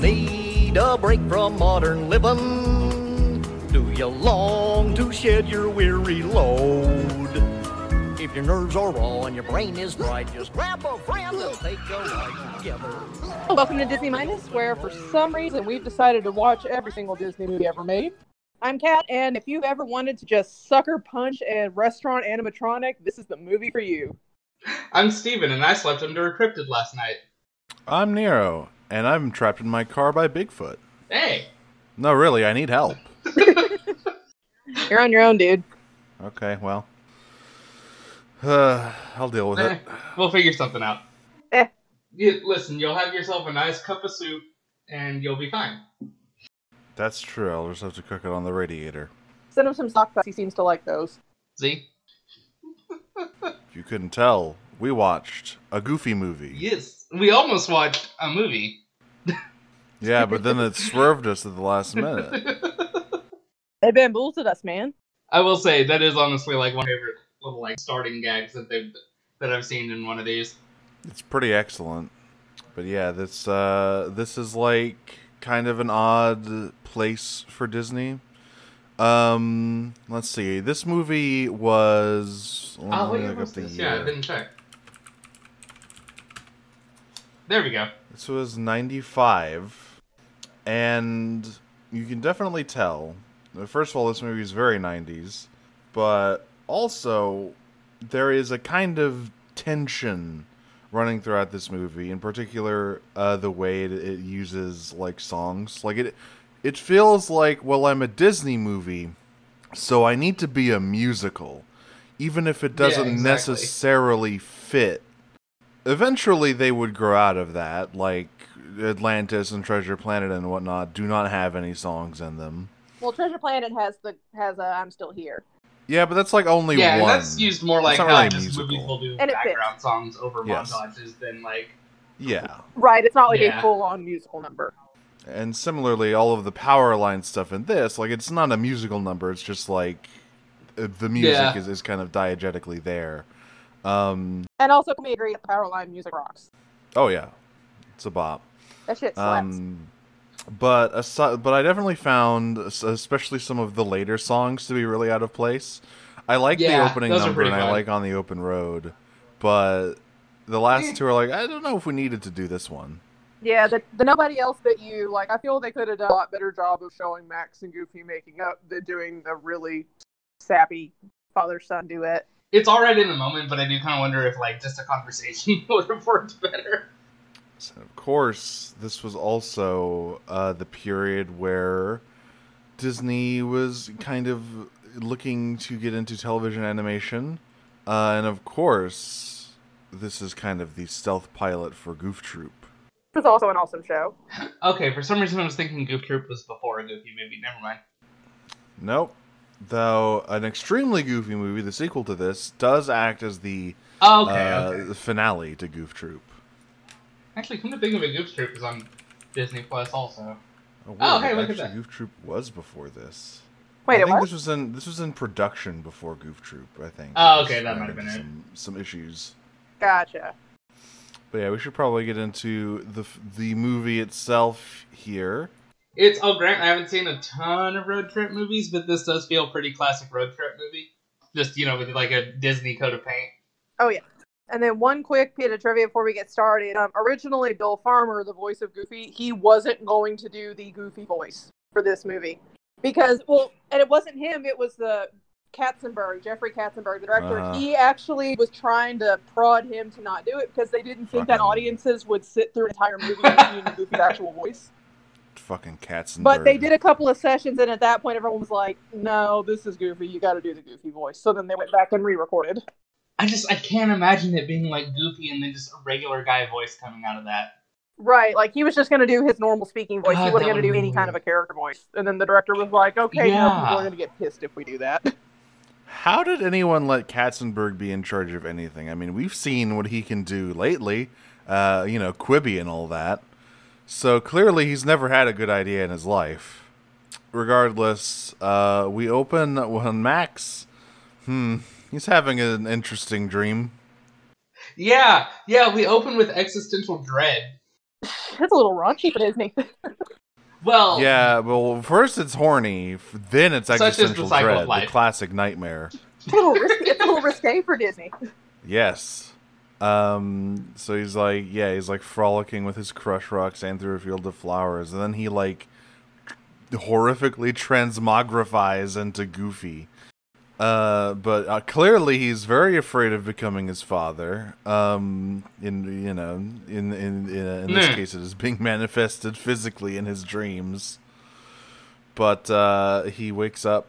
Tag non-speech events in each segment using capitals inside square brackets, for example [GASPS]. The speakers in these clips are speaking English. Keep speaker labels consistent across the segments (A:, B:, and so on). A: need a break from modern living? Do you long to shed your weary load? If your nerves are raw and your brain is fried, just grab a friend and take a ride together.
B: Welcome to Disney Minus, where for some reason we've decided to watch every single Disney movie ever made. I'm Kat, and if you've ever wanted to just sucker punch a restaurant animatronic, this is the movie for you.
C: I'm Steven, and I slept under a cryptid last night.
D: I'm Nero, and I'm trapped in my car by Bigfoot.
C: Hey,
D: No, really, I need help.
B: You're on your own, dude.
D: Okay, well. [SIGHS] Uh, I'll deal with
C: eh,
D: it.
C: we'll figure something out.
B: Eh.
C: You, listen, you'll have yourself a nice cup of soup, and you'll be fine.
D: That's true. I'll just have to cook it on the radiator.
B: Send him some sock pucks. He seems to like those.
C: See?
D: If you couldn't tell, we watched a goofy movie.
C: Yes, we almost watched a movie.
D: Yeah, but then it swerved us at the last minute.
B: They bamboozled us, man.
C: I will say that is honestly like one of my favorite little like starting gags that they've that I've seen in one of these.
D: It's pretty excellent. But yeah, this uh this is like kind of an odd place for Disney. Um, let's see. This movie was let
C: Oh,
D: me
C: wait,
D: look
C: what's
D: up the
C: this? Yeah, I
D: year.
C: didn't check. There we go.
D: This was 95. And you can definitely tell. First of all, this movie is very 90s. But also, there is a kind of tension running throughout this movie. In particular, uh, the way it, it uses like songs. Like it, it feels like well, I'm a Disney movie, so I need to be a musical, even if it
C: Yeah,
D: doesn't
C: exactly.
D: necessarily fit eventually they would grow out of that like atlantis and treasure planet and whatnot do not have any songs in them
B: Well, Treasure Planet has the has a I'm still here.
D: yeah but that's like only
C: yeah, and
D: one
C: that's used more like
D: It's
C: how
D: not really
C: just
D: musical.
C: movies will do
B: And it
C: background songs over
D: Yes.
C: montages than like
D: yeah
B: Right, it's not like
C: Yeah.
B: a full on musical number.
D: and similarly all of the power line stuff in this like it's not a musical number it's just like uh, the music
C: Yeah.
D: is, is kind of diegetically there um
B: And also, can we agree that Powerline music rocks?
D: oh yeah it's a bop
B: That shit slaps.
D: Um, but aside, but I definitely found, es- especially some of the later songs, to be really out of place. I like
C: Yeah,
D: the opening
C: those are
D: number
C: pretty
D: and I
C: fun.
D: like on the open road, but the last
C: Eh.
D: two are like I don't know if we needed to do this one.
B: Yeah, the, the nobody else that you like. I feel they could have done a lot better job of showing Max and Goofy making up than doing the really sappy father son duet.
C: it's all right in the moment, but I do kind of wonder if like just a conversation [LAUGHS] would have worked better.
D: So, of course, this was also uh, the period where Disney was kind of looking to get into television animation, uh, and of course, this is kind of the stealth pilot for Goof Troop.
B: It was also an awesome show.
C: Okay, for some reason I was thinking Goof Troop was before a Goofy movie. Never mind.
D: Nope. Though an extremely goofy movie, the sequel to this does act as the
C: Okay,
D: uh,
C: okay.
D: finale to Goof Troop.
C: Actually, come to think of it, Goof Troop is on Disney Plus also.
D: wait,
C: Oh, hey, look at
D: actually,
C: that.
D: Goof Troop was before this.
B: Wait,
D: I
B: it
D: think
B: was?
D: this was in this was in production before Goof Troop. I think.
C: Oh,
D: It
C: okay,
D: just
C: that
D: ran
C: might have
D: into
C: been it.
D: some some issues.
B: Gotcha.
D: But yeah, we should probably get into the f- the movie itself here.
C: It's oh, Grant. I haven't seen a ton of road trip movies, but this does feel pretty classic road trip movie. Just you know, with like a Disney coat of paint.
B: And then one quick bit of trivia before we get started. Um, originally, Bill Farmer, the voice of Goofy, he wasn't going to do the Goofy voice for this movie because, well, and it wasn't him. It was the Katzenberg, Jeffrey Katzenberg, the director.
D: Uh-huh.
B: He actually was trying to prod him to not do it because they didn't think that
D: Fucking-
B: audiences would sit through an entire movie listening to
D: [LAUGHS]
B: Goofy's actual voice.
D: Fucking cats and
B: But they
D: bird.
B: did a couple of sessions, and at that point, everyone was like, "No, this is Goofy. You got to do the Goofy voice." So then they went back and re-recorded.
C: I just I can't imagine it being like Goofy and then just a regular guy voice coming out of that.
B: Right, like he was just going to do his normal speaking voice.
C: God,
B: he wasn't
C: that
B: going to do
C: would've
B: any
C: been
B: kind of a character voice. And then the director was like, "Okay, now
C: Yeah.
B: people are going to get pissed if we do that." [LAUGHS]
D: How did anyone let Katzenberg be in charge of anything? I mean, we've seen what he can do lately, uh, you know, Quibby and all that. So clearly, he's never had a good idea in his life. Regardless, uh, we open when Max, hmm, he's having an interesting dream.
C: Yeah, yeah. We open with existential dread.
B: That's a little raunchy, but isn't he?
C: Well,
D: Yeah, well, first it's horny, f- then it's
C: Oh. Such is the
D: existential
C: cycle of
D: dread, the
C: life.
D: classic nightmare.
B: [LAUGHS] It's a little risky. It's a little risque for Disney.
D: Yes. Um. So he's like, yeah, he's like frolicking with his crush rocks and through a field of flowers, and then he like horrifically transmogrifies into Goofy. Uh, but uh, clearly he's very afraid of becoming his father. Um, in you know, in in in, uh, in this
C: Nah.
D: case, it is being manifested physically in his dreams. But uh, he wakes up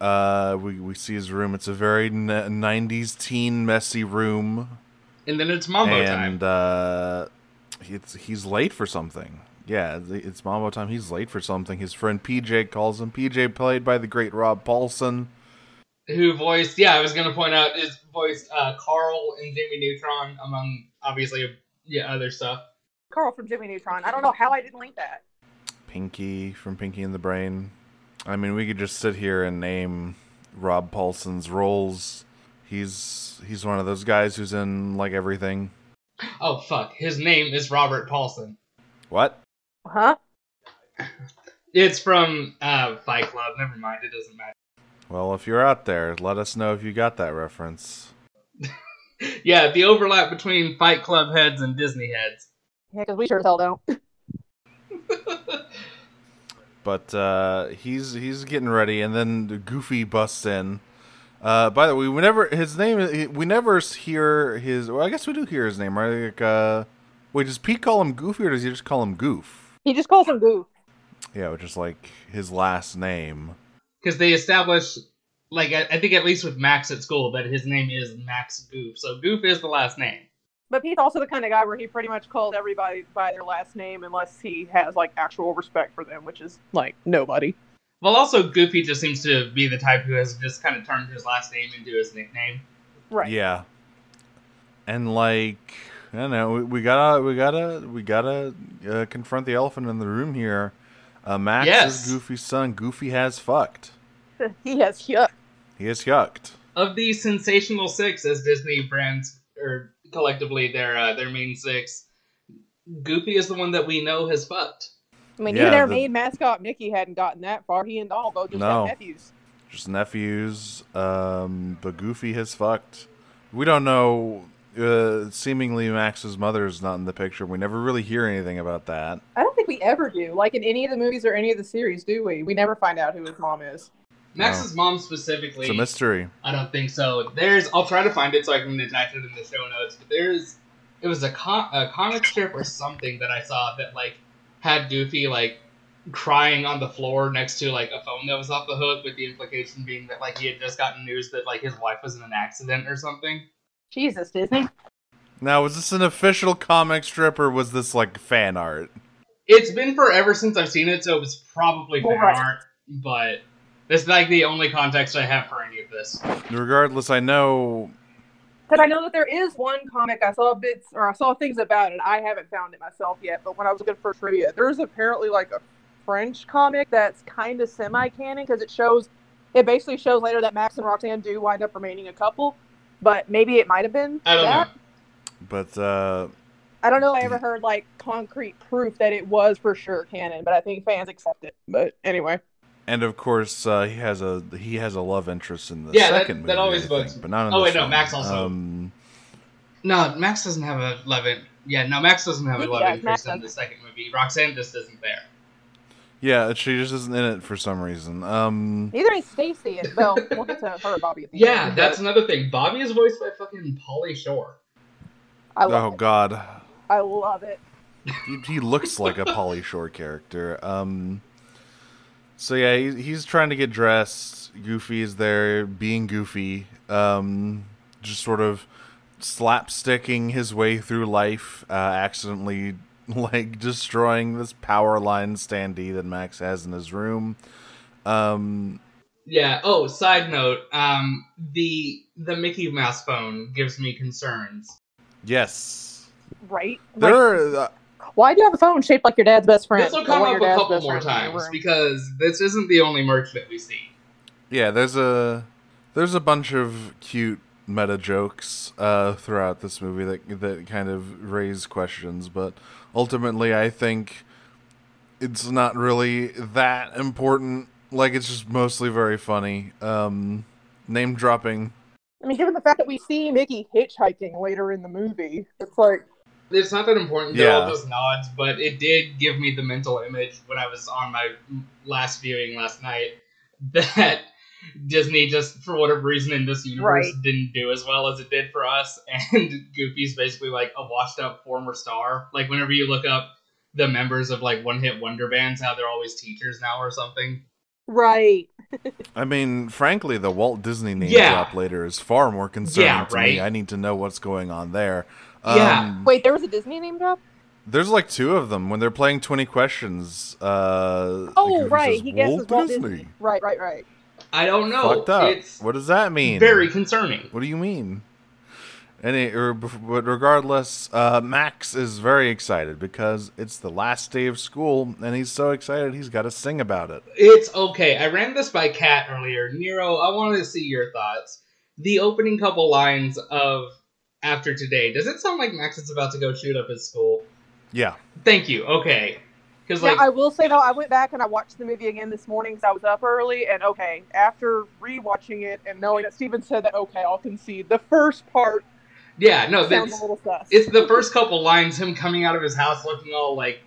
D: uh, we, we see his room. It's a very n- 90s teen messy room.
C: and then it's Mambo time.
D: and uh, it's, he's late for something. Yeah, th- it's Mambo time. He's late for something. His friend PJ calls him. PJ, played by the great Rob Paulson.
C: who voiced yeah i was going to point out is voiced uh, carl and jimmy neutron among obviously yeah other stuff
B: Carl from Jimmy Neutron. I don't know how I didn't link that.
D: Pinky from Pinky and the Brain. I mean, we could just sit here and name Rob Paulson's roles. He's he's one of those guys who's in like everything.
C: oh fuck his name is robert paulson
D: What?
B: Huh?
C: it's from uh, fight club never mind it doesn't matter
D: Well, if you're out there, let us know if you got that reference.
C: [LAUGHS] yeah the overlap between fight club heads and disney heads
B: Yeah, because we sure as hell don't. [LAUGHS]
D: but uh, he's he's getting ready, and then Goofy busts in. Uh, by the way, we never his name. We never hear his. Well, I guess we do hear his name, right? Like, uh, wait, does Pete call him Goofy, or does he just call him Goof?
B: He just calls him Goof.
D: Yeah, which is like his last name.
C: because they establish like I, I think at least with max at school that his name is max goof so goof is the last name
B: But Pete's also the kind of guy where he pretty much calls everybody by their last name unless he has like actual respect for them, which is like nobody.
C: well also goofy just seems to be the type who has just kind of turned his last name into his nickname
B: Right.
D: Yeah. And like I don't know, we, we gotta we gotta we gotta uh, confront the elephant in the room here. Uh, Max
C: Yes.
D: is Goofy's son. Goofy has fucked.
B: He has yuck.
D: He has yucked.
C: of the sensational six as Disney brands or collectively their uh, their main six. Goofy is the one that we know has fucked.
B: I mean,
D: Yeah,
B: even our
D: the-
B: main mascot Mickey hadn't gotten that far. He and Donald both just
D: No.
B: have nephews.
D: just nephews. Um, but Goofy has fucked. We don't know. Uh, seemingly, Max's mother's not in the picture. We never really hear anything about that.
B: I don't think we ever do. Like in any of the movies or any of the series, do we? We never find out who his mom is.
C: Max's mom
D: It's a
C: specifically,
D: mystery.
C: I don't think so. There's, I'll try to find it so I can attach it in the show notes. But there's, it was a, con- a comic strip or something that I saw that like had Goofy like crying on the floor next to like a phone that was off the hook, with the implication being that like he had just gotten news that like his wife was in an accident or something.
B: Jesus, Disney.
D: Now, was this an official comic strip or was this like fan art?
C: It's been forever since I've seen it, so it was probably fan
B: Right.
C: art, but that's like the only context I have for any of this.
D: Regardless, I know.
B: Because I know that there is one comic I saw bits or I saw things about it. I haven't found it myself yet, but when I was looking for trivia, there's apparently like a French comic that's kind of semi canon because it shows it basically shows later that Max and Roxanne do wind up remaining a couple, but maybe it might have been
C: I don't
B: that.
C: know.
D: But uh,
B: I don't know. if I ever heard like concrete proof that it was for sure canon, but I think fans accept it. But anyway,
D: and of course, uh, he has a he has a love interest in the
C: Yeah, that-
D: second
C: that
D: movie,
C: always
D: I think,
C: bugs me.
D: but not in
C: Oh,
D: this
C: wait, no,
D: one.
C: Max also.
D: Um,
C: No, Max doesn't have a love in. Yeah, no, Max doesn't have a
B: Yeah,
C: love
B: Max
C: interest in
B: doesn't.
C: the second movie. Roxanne just isn't there.
D: yeah, she just isn't in it for some reason. Um,
B: neither is Stacy. and- Well, we'll get to her, Bobby. At the
C: Yeah,
B: end,
C: that's
B: but
C: another thing. Bobby is voiced by fucking Polly Shore.
B: I love
D: oh
B: it.
D: God,
B: I love it.
D: he, he looks like a Polly Shore character. Um, so yeah, he, he's trying to get dressed. Goofy is there, being goofy, um, just sort of slapsticking his way through life, uh, accidentally [LAUGHS] like destroying this power line standee that Max has in his room. Um,
C: Yeah. Oh, side note. Um, the the Mickey Mouse phone gives me concerns.
D: yes,
B: Right?
D: there.
B: Like,
D: Are, uh,
B: Why do you have a phone shaped like your dad's best friend?
C: This will
B: The
C: come
B: one your
C: up a
B: dad's
C: couple
B: best
C: more
B: friend in your
C: times
B: room.
C: because this isn't the only merch that we see.
D: yeah, there's a there's a bunch of cute meta jokes uh, throughout this movie that that kind of raise questions, but ultimately, I think it's not really that important. Like, it's just mostly very funny. Um, name dropping.
B: I mean, given the fact that we see Mickey hitchhiking later in the movie, it's like
C: It's not that important.
D: Yeah.
C: Yeah. all those nods, but it did give me the mental image when I was on my last viewing last night [LAUGHS] that Disney just for whatever reason in this universe
B: Right.
C: didn't do as well as it did for us, [LAUGHS] and Goofy's basically like a washed up former star. Like whenever you look up the members of like one hit wonder bands, how they're always teachers now or something.
B: right.
D: I mean, frankly, the Walt Disney name
C: Yeah.
D: drop later is far more concerning
C: Yeah,
D: to me.
C: right.
D: I need to know what's going on there.
C: Yeah.
D: Um,
B: Wait, there was a Disney name drop.
D: There's like two of them when they're playing Twenty Questions. Uh,
B: Oh,
D: Goofy
B: right.
D: says,
B: He guesses Walt Disney. Right, right, right.
C: I don't know.
D: Fucked up.
C: It's
D: What does that mean?
C: very concerning.
D: What do you mean? Any, or, but regardless, uh, Max is very excited because it's the last day of school, and he's so excited he's got to sing about it.
C: It's okay. I ran this by Kat earlier. Nero, I wanted to see your thoughts. The opening couple lines of After Today, does it sound like Max is about to go shoot up his school?
D: Yeah,
C: Thank you. Okay. Because, like,
B: yeah, I will say though, I went back and I watched the movie again this morning because I was up early. And okay, after rewatching it and knowing that Steven said that, okay, I'll concede. The first part
C: yeah, no,
B: sounds
C: that's,
B: a little sus.
C: it's the first couple lines, him coming out of his house looking all, like,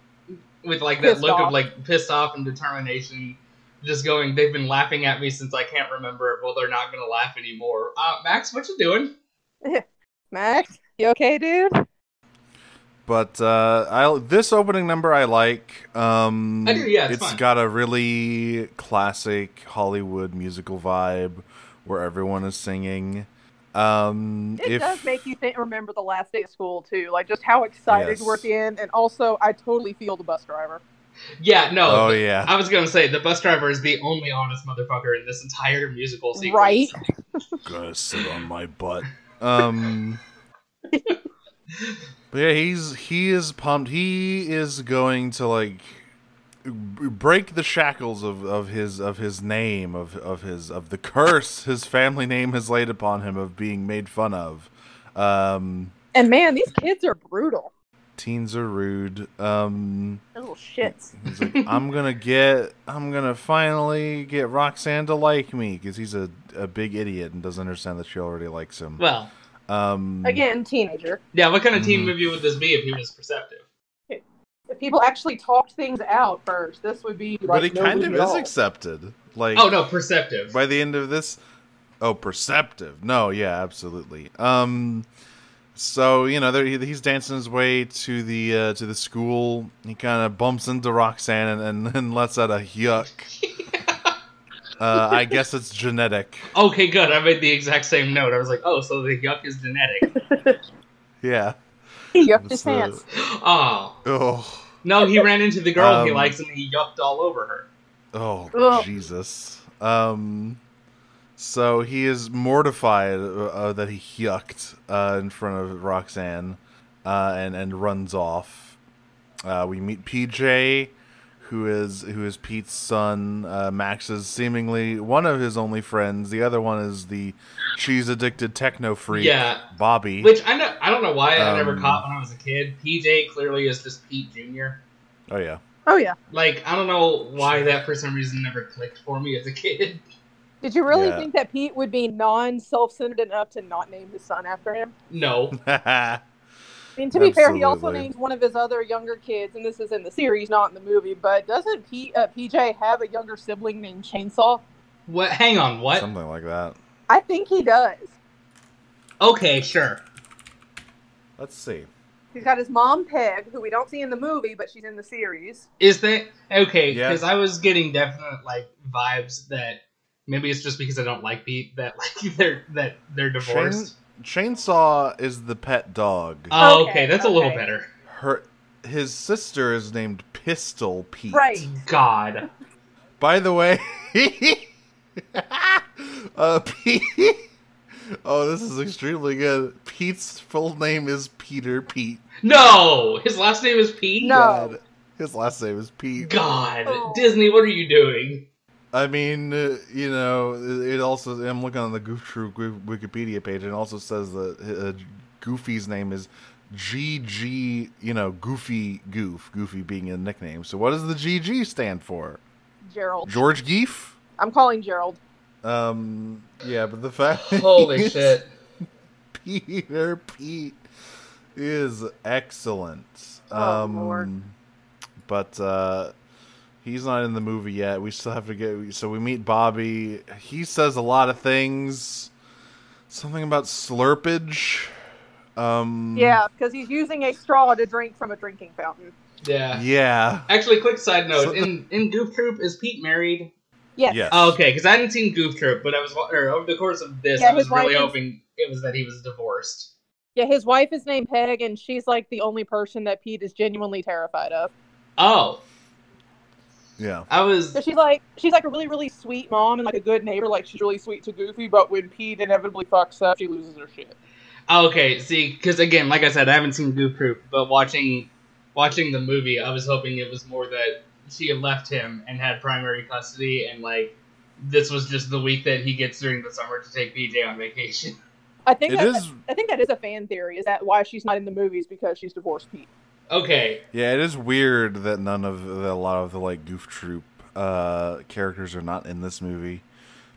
C: with, like, that
B: Pissed
C: look
B: off.
C: of, like, pissed off and determination. Just going, they've been laughing at me since I can't remember it. Well, they're not going to laugh anymore. Uh, Max, what you doing?
B: Max, you okay, dude?
D: but uh, I this opening number I like. Um,
C: I do, yeah, it's
D: it's
C: fun.
D: got a really classic Hollywood musical vibe where everyone is singing. Um,
B: It
D: if,
B: does make you think, remember the last day of school too, like just how excited
D: Yes.
B: we're at the end, and also I totally feel the bus driver.
C: Yeah, no.
D: Oh
C: the-
D: yeah,
C: I was gonna say the bus driver is the only honest motherfucker in this entire musical sequence.
B: Right?
D: gonna sit on my butt. Um, but yeah, he's he is pumped. He is going to like b- break the shackles of, of his of his name of of his of the curse his family name has laid upon him of being made fun of. Um,
B: And man, these kids are brutal.
D: teens are rude. Um,
B: They're little shits.
D: he's like, I'm gonna get, I'm gonna finally get Roxanne to like me because he's a a big idiot and doesn't understand that she already likes him.
C: Well,
D: Um,
B: Again, teenager.
C: yeah. What kind of teen
D: Mhm.
C: movie would this be if he was perceptive?
B: If people actually talked things out first, this would be like
D: but he
B: no
D: kind of
B: movie
D: is
B: at all.
D: accepted. Like,
C: Oh no, perceptive.
D: by the end of this, oh, perceptive. No, yeah, absolutely. Um, so you know, there, he, he's dancing his way to the uh, to the school. He kind of bumps into Roxanne and, and, and lets out
C: [LAUGHS]
D: a yuck. Uh, I guess it's genetic.
C: Okay, good. I made the exact same note. I was like, oh, so the yuck is genetic.
D: Yeah.
B: He yucked his
D: It's, uh,
B: pants.
C: oh
D: Oh.
C: no, he ran into the girl he
D: Um,
C: likes and he yucked all over her.
D: Oh
B: Ugh.
D: Jesus. Um. So he is mortified uh, uh, that he yucked uh, in front of Roxanne, uh, and and runs off. Uh, we meet PJ, who is who is Pete's son. Uh, Max is seemingly one of his only friends. The other one is the cheese addicted techno freak.
C: Yeah.
D: Bobby.
C: Which I know, I don't know why I never
D: Um,
C: caught when I was a kid. PJ clearly is just Pete Junior.
D: oh yeah.
B: Oh yeah.
C: Like I don't know why that for some reason never clicked for me as a kid. [LAUGHS]
B: Did you really
D: Yeah.
B: think that Pete would be non-self-centered enough to not name his son after him?
C: No.
B: I mean, to be fair, he also
D: Absolutely.
B: names one of his other younger kids, and this is in the series, not in the movie. But doesn't P- uh, PJ have a younger sibling named Chainsaw?
C: What? Hang on. What?
D: [LAUGHS] Something like that.
B: I think he does.
C: Okay, sure.
D: Let's see.
B: He's got his mom Peg, who we don't see in the movie, but she's in the series.
C: Is that okay?
D: Yeah.
C: Because I was getting definite like vibes that maybe it's just because I don't like Pete that [LAUGHS] like they're that they're divorced.
D: Chainsaw is the pet dog.
C: Oh, okay,
B: Okay,
C: that's a little
B: okay.
C: better.
D: her his sister is named Pistol Pete.
B: Right.
C: God,
D: By the way, [LAUGHS] uh, Pete. Oh, this is extremely good. Pete's full name is Peter Pete.
C: no, his last name is Pete.
B: No.
D: His last name is Pete.
C: God,
B: Oh.
C: Disney, what are you doing?
D: I mean, uh, you know, it it also. I'm looking on the Goof Troop wi- Wikipedia page, and it also says that uh, Goofy's name is GG. You know, Goofy Goof. Goofy being a nickname. So, what does the GG stand for?
B: Gerald.
D: George Geef.
B: I'm calling Gerald.
D: Um. Yeah, but the fact.
C: [LAUGHS]
D: that
C: Holy
D: he's
C: shit.
D: Peter Pete is excellent.
B: Oh,
D: um,
B: Lord.
D: But uh, he's not in the movie yet. We still have to get. So we meet Bobby. He says a lot of things. Something about slurpage. Um,
B: Yeah, because he's using a straw to drink from a drinking fountain.
C: Yeah.
D: Yeah.
C: Actually, quick side note:
D: So-
C: in in Goof Troop, is Pete married?
B: Yes.
D: Yes.
C: Oh, okay, because I hadn't seen Goof Troop, but I was wa- or over the course of this,
B: Yeah,
C: I was
B: his wife
C: really
B: is-
C: hoping it was that he was divorced.
B: Yeah, his wife is named Peg, and she's like the only person that Pete is genuinely terrified of.
C: Oh,
D: Yeah.
C: I was
B: So she's like, she's like a really, really sweet mom and like a good neighbor. Like she's really sweet to Goofy, but when Pete inevitably fucks up, she loses her shit.
C: okay. See, because again, like I said, I haven't seen Goof Troop, but watching watching the movie, I was hoping it was more that she had left him and had primary custody, and like this was just the week that he gets during the summer to take PJ on vacation. [LAUGHS]
B: I think
D: It
B: that,
D: is.
B: I think that is a fan theory. Is that why she's not in the movies because she's divorced Pete?
C: Okay,
D: Yeah. It is weird that none of the, a lot of the like Goof Troop uh, characters are not in this movie.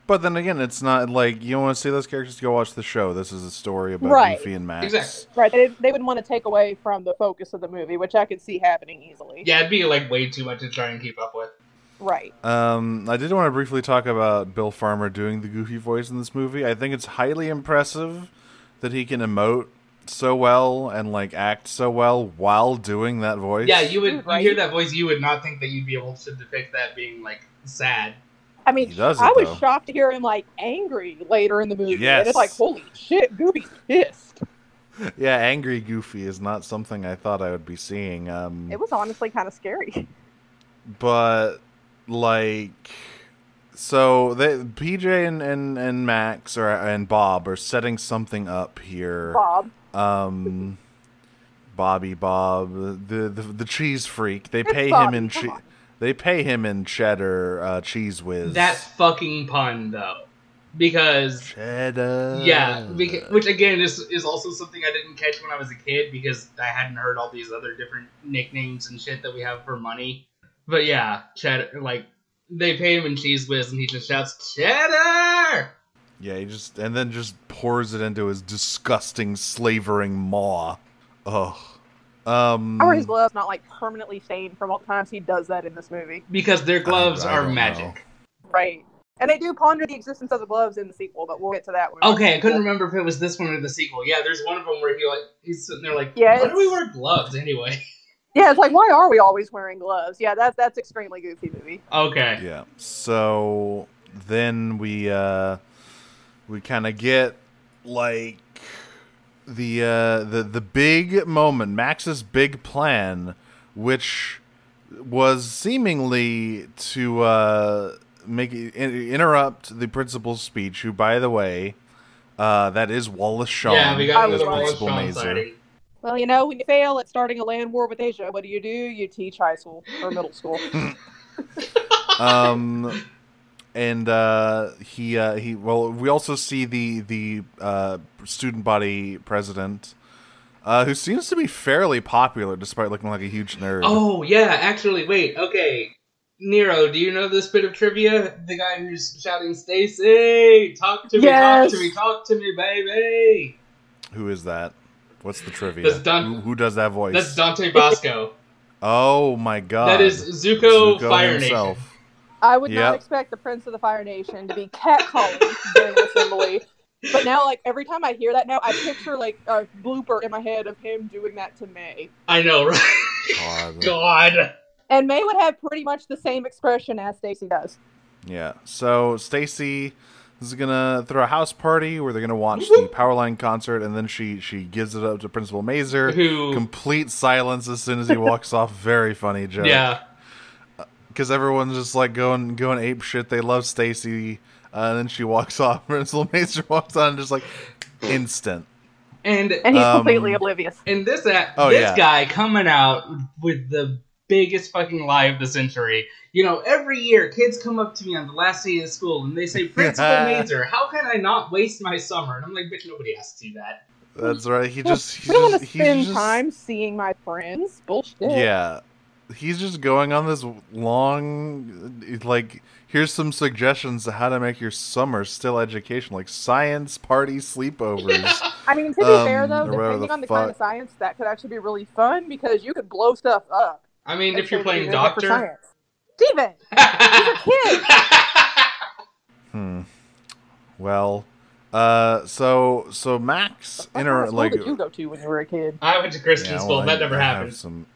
D: But then again, it's not like you don't want to see those characters. Go watch the show. This is a story about
B: Right.
D: Goofy and Max.
C: exactly.
B: Right. They, they would want to take away from the focus of the movie, which I could see happening easily.
C: Yeah, it'd be like way too much to try and keep up with.
B: Right.
D: Um, I did want to briefly talk about Bill Farmer doing the goofy voice in this movie. I think it's highly impressive that he can emote so well and like act so well while doing that voice.
C: Yeah, you would you
B: Right.
C: hear that voice, you would not think that you'd be able to depict that being like sad.
B: I mean,
D: He does it,
B: I was
D: though.
B: shocked to hear him like angry later in the movie.
D: Yes.
B: And it's like, holy shit, Goofy's pissed.
D: [LAUGHS] yeah, angry goofy is not something I thought I would be seeing. Um,
B: It was honestly kind of scary.
D: but like so they PJ and, and, and Max or and Bob are setting something up here.
B: Bob.
D: um Bobby Bob the the, the cheese freak they pay him
B: Bobby,
D: in
B: come
D: che-
B: on.
D: they pay him in cheddar uh, cheese whiz
C: That fucking pun though. Because
D: cheddar
C: yeah, beca- which again is is also something I didn't catch when I was a kid because I hadn't heard all these other different nicknames and shit that we have for money. But yeah, cheddar like they pay him in cheese whiz and he just shouts cheddar.
D: yeah he just and then just pours it into his disgusting slavering maw ugh um
B: How are his gloves not like permanently stained from all the times he does that in this movie?
C: Because their gloves
D: I
C: are
D: don't
C: magic.
D: know.
B: Right. And they do ponder the existence of the gloves in the sequel, but we'll get to that one.
C: Okay, I couldn't remember if it was this one or the sequel. Yeah, there's one of them where he like he's sitting there like,
B: Yeah,
C: why do we
B: it's-
C: wear gloves anyway? [LAUGHS]
B: Yeah, it's like, why are we always wearing gloves? Yeah, that's that's extremely goofy movie.
C: Okay,
D: yeah so then we uh we kind of get like the uh the the big moment max's big plan which was seemingly to uh make in, interrupt the principal's speech who by the way uh that is wallace shawn
C: yeah, we got
B: I was
D: as
C: another
B: wrong.
C: Wallace
D: Principal
C: Shawn
D: Mazer.
C: sighting.
B: Well, you know, when you fail at starting a land war with Asia, what do you do? You teach high school or middle school.
D: um and uh he uh he well we also see the the uh student body president uh who seems to be fairly popular despite looking like a huge nerd
C: Oh yeah, actually, wait. Okay, Nero, do you know this bit of trivia? The guy who's shouting, "Stacy, talk to me,
B: Yes.
C: talk to me, talk to me, baby."
D: who is that what's the trivia
C: That's Dun-
D: who, who does that voice
C: That's Dante Bosco.
D: oh my god
C: that is Zuko, Fire Nation. [LAUGHS]
B: I would
D: Yep.
B: not expect the Prince of the Fire Nation to be catcalling during the assembly. But now, like every time I hear that now, I picture like a blooper in my head of him doing that to May.
C: I know, [LAUGHS] right?
D: God.
C: God.
B: And May would have pretty much the same expression as Stacy does.
D: Yeah. So Stacy is gonna throw a house party where they're gonna watch the Powerline concert, and then she she gives it up to Principal Mazer.
C: Who-
D: Complete silence as soon as he walks off. Very funny joke.
C: Yeah.
D: Because everyone's just like going going ape shit. They love Stacy, uh, and then she walks [LAUGHS] off. Principal Mazer walks on, and just like instant.
C: And
B: And he's
D: Um,
B: completely oblivious.
C: And this a-
D: Oh,
C: this
D: yeah.
C: guy coming out with the biggest fucking lie of the century. You know, every year kids come up to me on the last day of school and they
D: [LAUGHS]
C: say, Principal Mazer, how can I not waste my summer? And I'm like, bitch, nobody asks you that.
D: That's right. He just he's
B: we don't want
D: just,
B: to
D: he's
B: spend
D: just-
B: time seeing my friends. Bullshit.
D: Yeah. He's just going on this long like here's some suggestions to how to make your summer still educational, like science party sleepovers.
B: I mean, to be
D: Um,
B: fair though,
D: or
B: depending
D: whatever the
B: on the kind of
D: fuck.
B: science, that could actually be really fun because you could blow stuff up.
C: [LAUGHS] I mean, if
B: That's
C: you're
B: what
C: playing
B: we did for
C: Doctor.
B: science. Steven,
C: [LAUGHS]
B: kids.
D: hmm. Well, uh so so Max
B: what
D: inter
B: kind of school
D: like
B: did you go to when you were a kid?
C: I went to Christian
D: Yeah,
C: school.
D: well,
C: that
D: I-
C: never
D: I have
C: happened.
D: Some...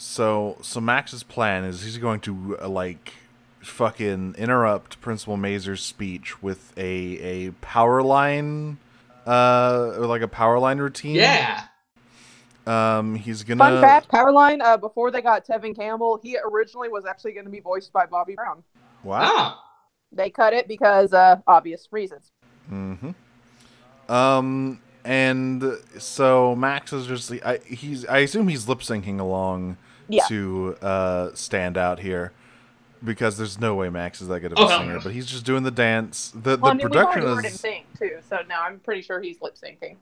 D: So, so Max's plan is he's going to uh, like fucking interrupt Principal Mazer's speech with a a power line, uh, or like a power line routine.
C: Yeah.
D: Um, he's gonna.
B: Fun fact: Powerline. Uh, before they got Tevin Campbell, he originally was actually going to be voiced by Bobby Brown.
D: Wow.
C: Ah.
B: They cut it because uh, obvious reasons.
D: Mm-hmm. Um, and so Max is just I he's I assume he's lip syncing along
B: Yeah.
D: to uh stand out here. Because there's no way Max is that good of a
C: Oh, hell
D: singer,
C: no.
D: but he's just doing the dance. The the
B: Well, I mean,
D: production
B: we've already heard him
D: is
B: sing too, so now I'm pretty sure he's lip syncing.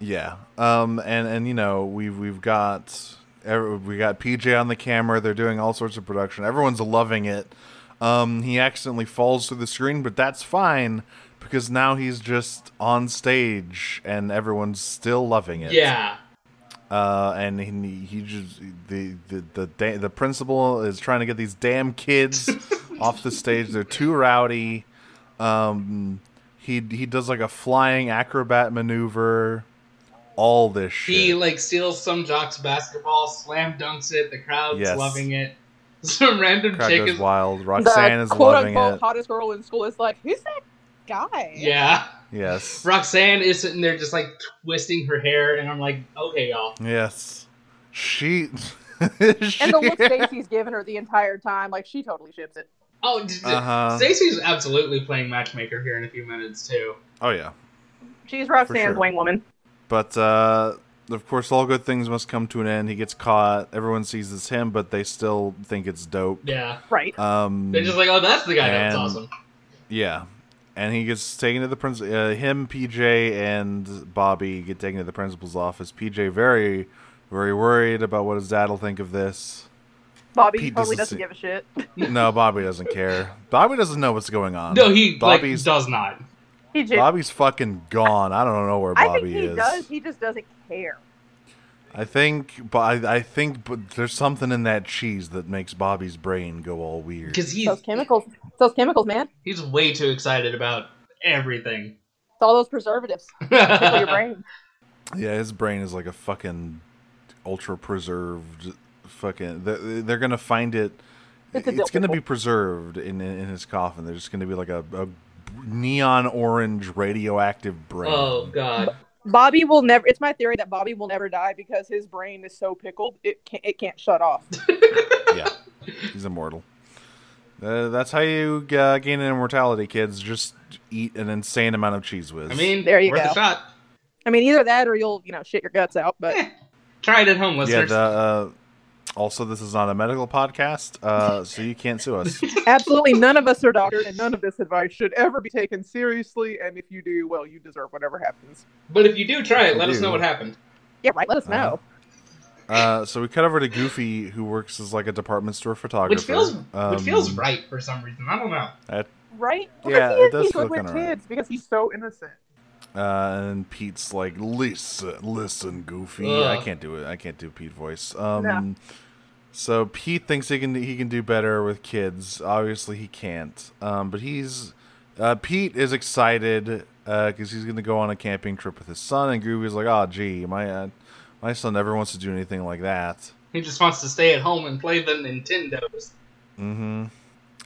D: Yeah. Um. And and you know we've we've got every- we got PJ on the camera. They're doing all sorts of production. Everyone's loving it. Um. He accidentally falls through the screen, but that's fine because now he's just on stage and everyone's still loving it.
C: Yeah.
D: Uh. And he he just the the the da- the principal is trying to get these damn kids off the stage. They're too rowdy. Um. He he does like a flying acrobat maneuver. All this shit.
C: He like steals some jock's basketball, slam dunks it. The crowd's
D: Yes.
C: loving it. [LAUGHS] Some random
D: Crowd
C: chick
D: goes
C: is
D: wild. Roxanne
B: the
D: is
B: quote
D: loving
B: unquote
D: it.
B: hottest girl in school is like, who's that guy?
C: yeah. [LAUGHS]
D: Yes.
C: Roxanne is sitting there just like twisting her hair, and I'm like, okay, y'all.
D: Yes. She. [LAUGHS]
B: And the look Stacy's given her the entire time, like she totally ships it.
C: Oh, d- d-
D: Uh-huh.
C: Stacy's absolutely playing matchmaker here in a few minutes too.
D: oh yeah.
B: She's Roxanne's
D: sure.
B: wing woman.
D: But uh, of course, all good things must come to an end. He gets caught. Everyone sees it's him, but they still think it's dope.
C: Yeah,
B: Right.
D: Um.
C: they're just like, oh, that's the guy. That's
D: And-
C: awesome.
D: yeah. And he gets taken to the principal. Uh, him, PJ, and Bobby get taken to the principal's office. PJ very, very worried about what his dad'll think
C: [LAUGHS]
D: of this.
B: Bobby
D: Pete
B: totally doesn't
D: doesn't see-
B: give a shit. [LAUGHS]
D: No, Bobby doesn't care. Bobby doesn't know what's going on.
C: No, he
D: Bobby's-
C: like does not.
B: He just,
D: Bobby's fucking gone. I don't know where
B: I
D: Bobby
B: think he
D: is.
B: does. He just doesn't care.
D: I think, but I, I think, but there's something in that cheese that makes Bobby's brain go all weird.
C: Because he's
B: Those chemicals, those chemicals, man. It's
C: he's way too excited about everything.
B: all those preservatives. Tickle your
D: [LAUGHS]
B: brain.
D: Yeah, his brain is like a fucking ultra preserved fucking. They're, they're gonna find it.
B: It's
D: It's,
B: a dill
D: gonna be
B: pickle.
D: preserved in, in in his coffin. There's just gonna be like a, a neon orange radioactive brain.
C: oh God.
B: Bobby will never. It's my theory that Bobby will never die because his brain is so pickled it can't, it can't shut
D: [LAUGHS]
B: off.
D: yeah, he's immortal. Uh, that's how you uh, gain immortality, kids. Just eat an insane amount of cheese whiz.
C: I mean,
B: There you
C: worth
B: go.
C: a shot.
B: I mean, either that or you'll you know shit your guts out. But
C: Eh, Try it at home,
D: yeah.
C: listeners.
D: The, uh, also, this is not a medical
C: [LAUGHS]
D: podcast, uh, so you can't sue us.
B: absolutely none of us are doctors, and none of this advice should ever be taken seriously. And if you do, well, you deserve whatever happens.
C: But if you do try it,
D: I
C: let us
D: do.
C: know what happened.
B: Yeah, right. Let us
D: Uh-huh.
B: know.
D: Uh, so we cut over to Goofy, who works as like a department store photographer.
C: Which feels
D: Um,
C: which feels right for some reason. I don't know.
B: Right? he
D: Yeah, it
B: is-
D: does
B: he's
D: feel
B: good with
D: kinda right.
B: kids because he's so innocent.
D: Uh, and Pete's like, listen, listen, Goofy.
C: Ugh.
D: I can't do it. I can't do Pete voice. Um,
B: No.
D: so Pete thinks he can he can do better with kids. Obviously, he can't. Um, but he's uh, Pete is excited because he's going to go on a camping trip with his son, and Goofy's like, oh, gee, my uh, my son never wants to do anything like that.
C: He just wants to stay at home and play the Nintendos.
D: Mm-hmm.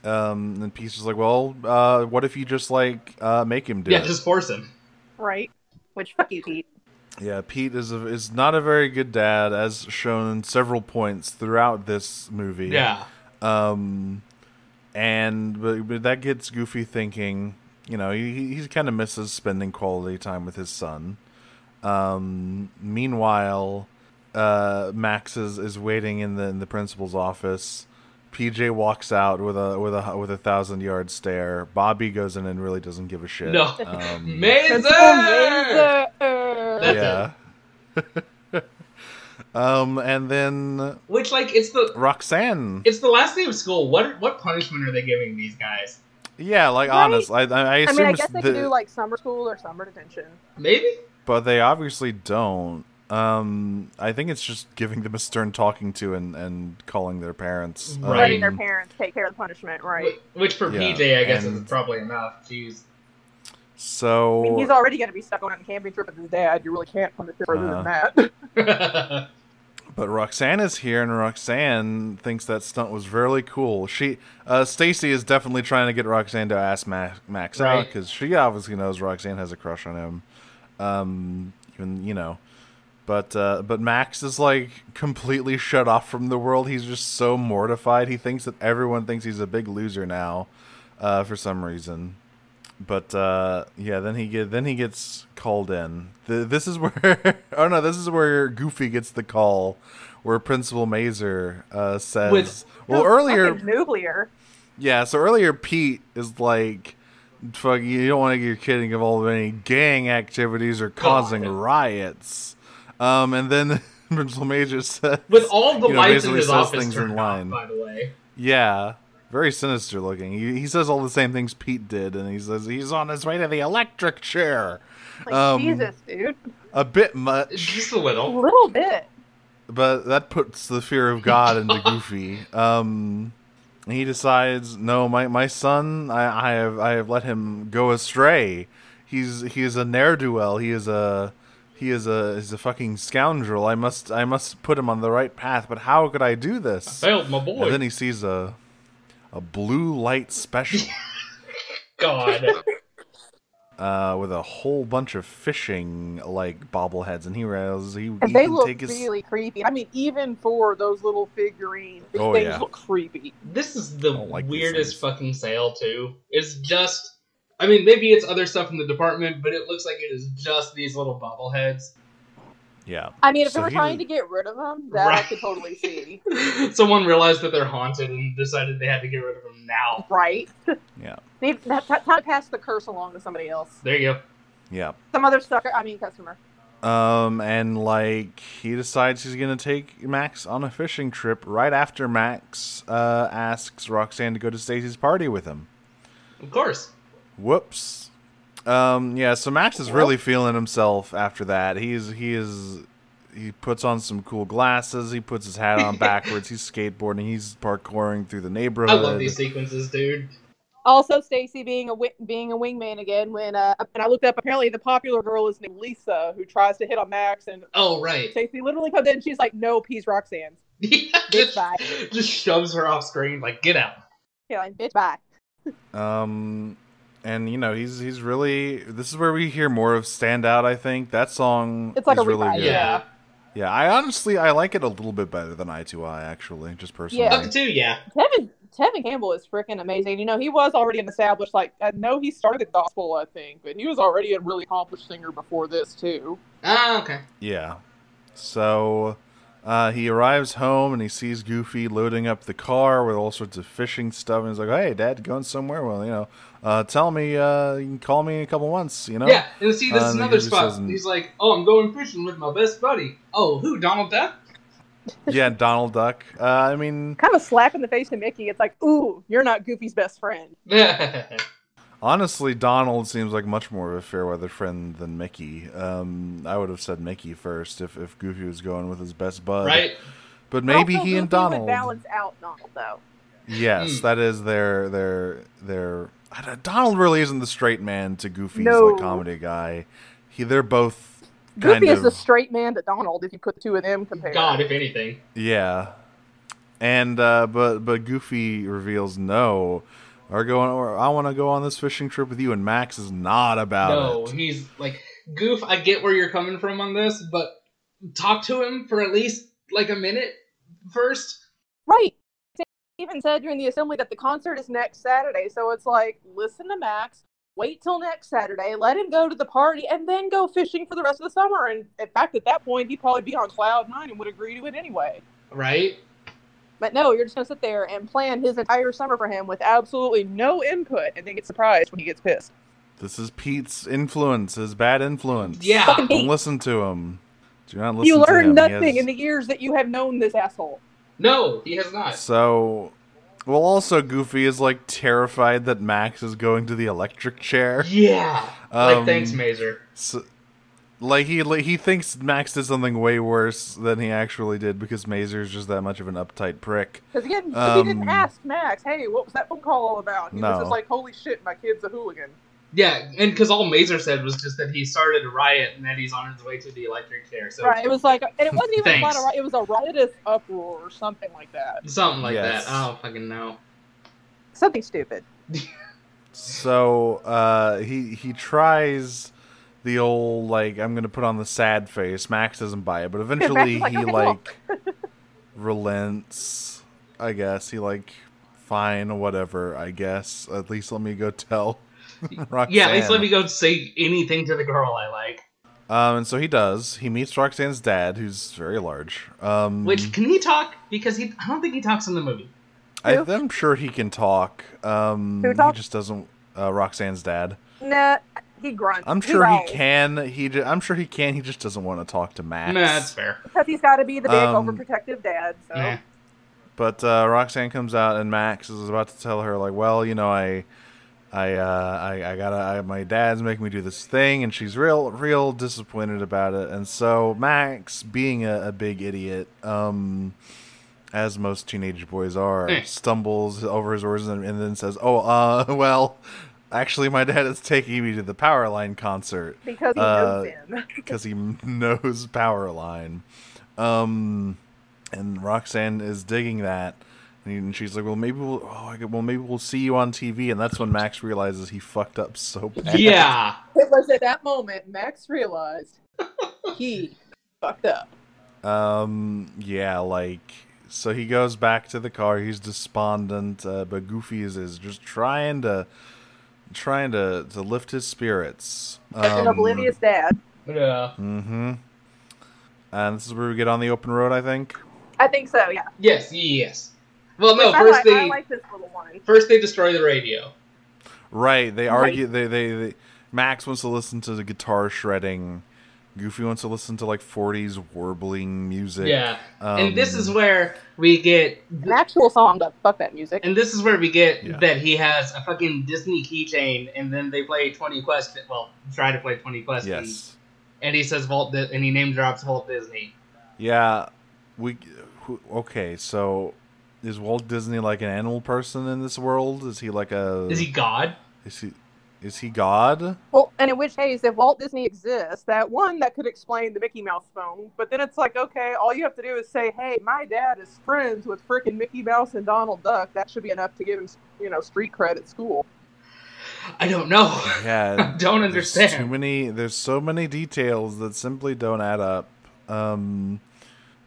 D: Um, and Pete's just like, well, uh, what if you just like uh, make him do
C: Yeah,
D: it?
C: just force him.
B: Right. Which fuck you, Pete.
D: Yeah, Pete is a, is not a very good dad, as shown in several points throughout this movie.
C: Yeah.
D: Um, and but, but that gets Goofy thinking. You know, he he kind of misses spending quality time with his son. Um, meanwhile, uh, Max is, is waiting in the in the principal's office. PJ walks out with a with a with a thousand yard stare. Bobby goes in and really doesn't give a shit.
C: No. [LAUGHS]
D: Um,
C: Mazer!
B: Amazing.
C: That's
D: yeah. [LAUGHS] um, and then
C: Which like it's the
D: Roxanne.
C: it's the last day of school. What what punishment are they giving these guys?
D: Yeah, like
B: Right?
D: honest, I I, I
B: I
D: assume
B: mean, I
D: it's
B: guess they
D: the-
B: could do like summer school or summer detention.
C: Maybe
D: but they obviously don't. Um, I think it's just giving them a stern talking to and and calling their parents.
C: Right.
B: Letting their
D: Um,
B: parents take care of the punishment, right?
C: Wh- Which for
D: Yeah,
C: PJ, I guess,
D: and-
C: is probably enough. Jeez.
B: I
D: So
B: mean, he's already going to be stuck on a camping trip with his dad. You really can't punish him further
D: Uh,
B: than that.
D: But Roxanne is here, and Roxanne thinks that stunt was really cool. She, uh, Stacy is definitely trying to get Roxanne to ask Max, Max out 'cause out
C: Right.
D: because she obviously knows Roxanne has a crush on him. Um, even you know, but uh, but Max is like completely shut off from the world. He's just so mortified. He thinks that everyone thinks he's a big loser now, uh, for some reason. But uh, yeah, then he get then he gets called in. Th this is [LAUGHS] where oh no, this is where Goofy gets the call, where Principal Mazer uh, says,
C: With-
B: [LAUGHS]
D: "Well,
B: It's
D: earlier,
B: fucking nuclear.
D: yeah, so earlier Pete is like, fuck, you don't want to get your kid involved in any gang activities or causing
C: God.
D: riots." Um, and then [LAUGHS] Principal Mazer says,
C: With all the
D: you know,
C: lights in
D: basically
C: his
D: says
C: office
D: things
C: turned
D: in
C: off,
D: line.
C: by the way.
D: Yeah. Very sinister looking. He, he says all the same things Pete did, and he says he's on his way to the electric chair.
B: Like,
D: Um,
B: Jesus, dude.
D: A bit much,
C: [LAUGHS] Just a
B: A
C: little.
B: little bit.
D: but that puts the fear of God into Goofy. Um, he decides, no, my, my son, I, I have I have let him go astray. He's he is a ne'er do well. He is a he is a is a fucking scoundrel. I must I must put him on the right path. But how could I do this?
C: Failed my boy.
D: And then he sees a a blue light special. [LAUGHS]
C: God.
D: uh, with a whole bunch of fishing like bobbleheads, and he realizes he,
B: And
D: he
B: they
D: can
B: look
D: take his.
B: really creepy. I mean, even for those little figurines, these
D: Oh,
B: things
D: yeah.
B: look creepy.
C: this is the
D: don't like these
C: weirdest
D: things.
C: fucking sale too. It's just I mean, maybe it's other stuff in the department, but it looks like it is just these little bobbleheads. [LAUGHS]
D: Yeah,
B: I mean, if
D: So
B: they were
D: he-
B: trying to get rid of them, that I
C: Right.
B: could totally see.
D: [LAUGHS]
C: Someone realized that they're haunted and decided they had to get rid of them now.
B: Right?
D: Yeah.
B: They have time to pass the curse along to somebody else.
C: There you go.
D: yeah.
B: Some other sucker, I mean, customer.
D: Um, and like he decides he's gonna take Max on a fishing trip right after Max uh, asks Roxanne to go to Stacy's party with him.
C: Of course.
D: Whoops. Um, yeah, so Max is really feeling himself after that. He's he is he puts on some cool glasses. He puts his
C: [LAUGHS]
D: hat on backwards. he's skateboarding. He's parkouring through the
C: I
D: neighborhood.
C: love these sequences, dude.
B: Also, Stacy being a wi- being a wingman again. When uh, and I looked up, apparently the popular girl is named Lisa, who tries to hit on Max, and
C: Oh right. [LAUGHS]
B: Stacy literally comes in. She's like, "Nope, he's Roxanne's."
C: just,
B: Goodbye.
C: just shoves her off screen, like, get out.
B: Yeah, like, bitch, bye.
D: Um, and you know he's he's really this is where we hear more of "Stand Out." I think that song
B: It's like
D: is
B: a
D: really
B: revive,
D: good.
B: yeah.
D: Yeah, I honestly I like it a little bit better than "I to I" actually, just personally.
C: Up to two, yeah.
B: Tevin Tevin Campbell is freaking amazing. You know, he was already an established like I know he started gospel, I think, but he was already a really accomplished singer before this too.
C: Ah, okay.
D: Yeah. So uh, he arrives home and he sees Goofy loading up the car with all sorts of fishing stuff, and he's like, "Hey, Dad, going somewhere? Well, you know, uh, tell me. Uh, you can call me in a couple months. You know."
C: Yeah, and see, this
D: Uh,
C: is
D: and he
C: another
D: just
C: spot.
D: doesn't-
C: He's like, oh, I'm going fishing with my best buddy. Oh, who, Donald Duck? [LAUGHS]
D: Yeah, Donald Duck. Uh, I mean,
B: Kind of a slap in the face to Mickey. It's like, ooh, you're not Goofy's best friend.
D: honestly, Donald seems like much more of a fair weather friend than Mickey. Um, I would have said Mickey first if, if Goofy was going with his best bud.
C: right?
D: But maybe
B: Also,
D: he and
B: Goofy would
D: Donald.
B: balance out Donald though.
D: Yes,
C: Mm.
B: Hmm.
D: that is their their their. I don't- Donald really isn't the straight man to Goofy's
B: No.
D: like comedy guy. He they're both kind
B: Goofy
D: of
B: is the straight man to Donald if you put the two of them compared.
C: God, if anything.
D: yeah, and uh, but but Goofy reveals no. Or going, or I want to go on this fishing trip with you, and Max is not about
C: No,
D: it.
C: he's like, Goof, I get where you're coming from on this, but talk to him for at least like a minute first.
B: Right. He even said during the assembly that the concert is next Saturday, so it's like, listen to Max, wait till next Saturday, let him go to the party, and then go fishing for the rest of the summer. And in fact, at that point, he'd probably be on cloud nine and would agree to it anyway.
C: right?
B: But no, you're just going to sit there and plan his entire summer for him with absolutely no input and then get surprised when he gets pissed.
D: This is Pete's influence, his bad influence.
C: Yeah.
D: [LAUGHS]
B: Fucking
D: Don't
B: hate.
D: listen to him. Do not listen
B: You
D: to him.
B: learn
D: He
B: nothing
D: has-
B: in the years that you have known this asshole.
C: No, he has not.
D: So, well, also Goofy is like terrified that Max is going to the electric chair.
C: Yeah. like,
D: Um,
C: thanks, Mazer.
D: So, like he like, he thinks Max did something way worse than he actually did because Mazer's just that much of an uptight prick.
B: Because again, he
D: Um,
B: didn't ask Max, hey, what was that phone call all about? He
D: No.
B: was just like, holy shit, my kid's a hooligan.
C: Yeah, and because all Mazer said was just that he started a riot and that he's on his way to the electric chair. So
B: Right. It was like, and it wasn't even a lot
C: Thanks.
B: of, it was a riotous uproar or something like that.
C: something like
D: Yes.
C: that. I don't fucking know.
B: Something stupid.
D: So uh, he he tries the old like I'm gonna put on the sad face. Max doesn't buy it, but eventually
B: [LAUGHS] like,
D: he
B: "Okay,
D: like relents. I guess he like fine whatever. I guess at least let me go tell. [LAUGHS] Roxanne.
C: Yeah, at least let me go say anything to the girl I like.
D: Um, and so he does. He meets Roxanne's dad, who's very large. Um,
C: Which can he talk? Because he, I don't think he talks in the movie.
D: I,
B: Who?
D: I'm sure he can talk. Um,
B: Who
D: He
B: talks?
D: just doesn't. Uh, Roxanne's dad.
B: Nah, he grunts.
D: I'm sure he
B: growls.
D: can. He. Ju- I'm sure he can. He just doesn't want to talk to Max.
C: Nah, that's fair.
B: Because he's got to be the big
D: Um,
B: overprotective dad. So.
C: Nah.
D: But uh, Roxanne comes out, and Max is about to tell her, like, well, you know, I, I, uh, I, I gotta, I, my dad's making me do this thing, and she's real, real disappointed about it. And so Max, being a, a big idiot, um, as most teenage boys are,
C: Eh.
D: stumbles over his words and, and then says, "Oh, uh, [LAUGHS] well." Actually, my dad is taking me to the Powerline concert
B: Because he
D: Uh,
B: knows him.
D: because he [LAUGHS] knows Powerline. Um, and Roxanne is digging that, and she's like, "Well, maybe we'll, oh, I could, well, maybe we'll see you on TV." And that's when Max realizes he fucked up so bad.
C: Yeah.
B: [LAUGHS] It was at that moment Max realized [LAUGHS] he fucked up.
D: Um, yeah, like so he goes back to the car. He's despondent, uh, but Goofy is, is just trying to trying to to lift his spirits. Um,
B: An oblivious dad.
C: Yeah.
D: Mm-hmm. And this is where we get on the open road, I think.
B: I think so. Yeah.
C: Yes. Yes. Well, no.
B: Which I,
C: First
B: like, I
C: they
B: like this little one.
C: first they destroy the radio.
D: Right. They
B: Right.
D: argue. They, they they Max wants to listen to the guitar shredding. Goofy wants to listen to like '40s warbling music.
C: Yeah.
D: Um,
C: and this is where we get
B: An actual song, but fuck that music.
C: and this is where we get
D: Yeah.
C: that he has a fucking Disney keychain, and then they play twenty questions. Well, try to play twenty questions.
D: Yes.
C: And he says Walt, Di- and he name drops Walt Disney.
D: Yeah. We. who- Okay. So, is Walt Disney like an animal person in this world? Is he like a?
C: Is he God?
D: Is he? Is he God?
B: Well, and in which case, if Walt Disney exists, that one that could explain the Mickey Mouse phone. But then it's like, okay, all you have to do is say, "Hey, my dad is friends with freaking Mickey Mouse and Donald Duck." That should be enough to give him, you know, street cred at school.
C: I don't know. [LAUGHS]
D: Yeah.
C: don't
D: there's
C: understand.
D: Too many. There's so many details that simply don't add up. Um,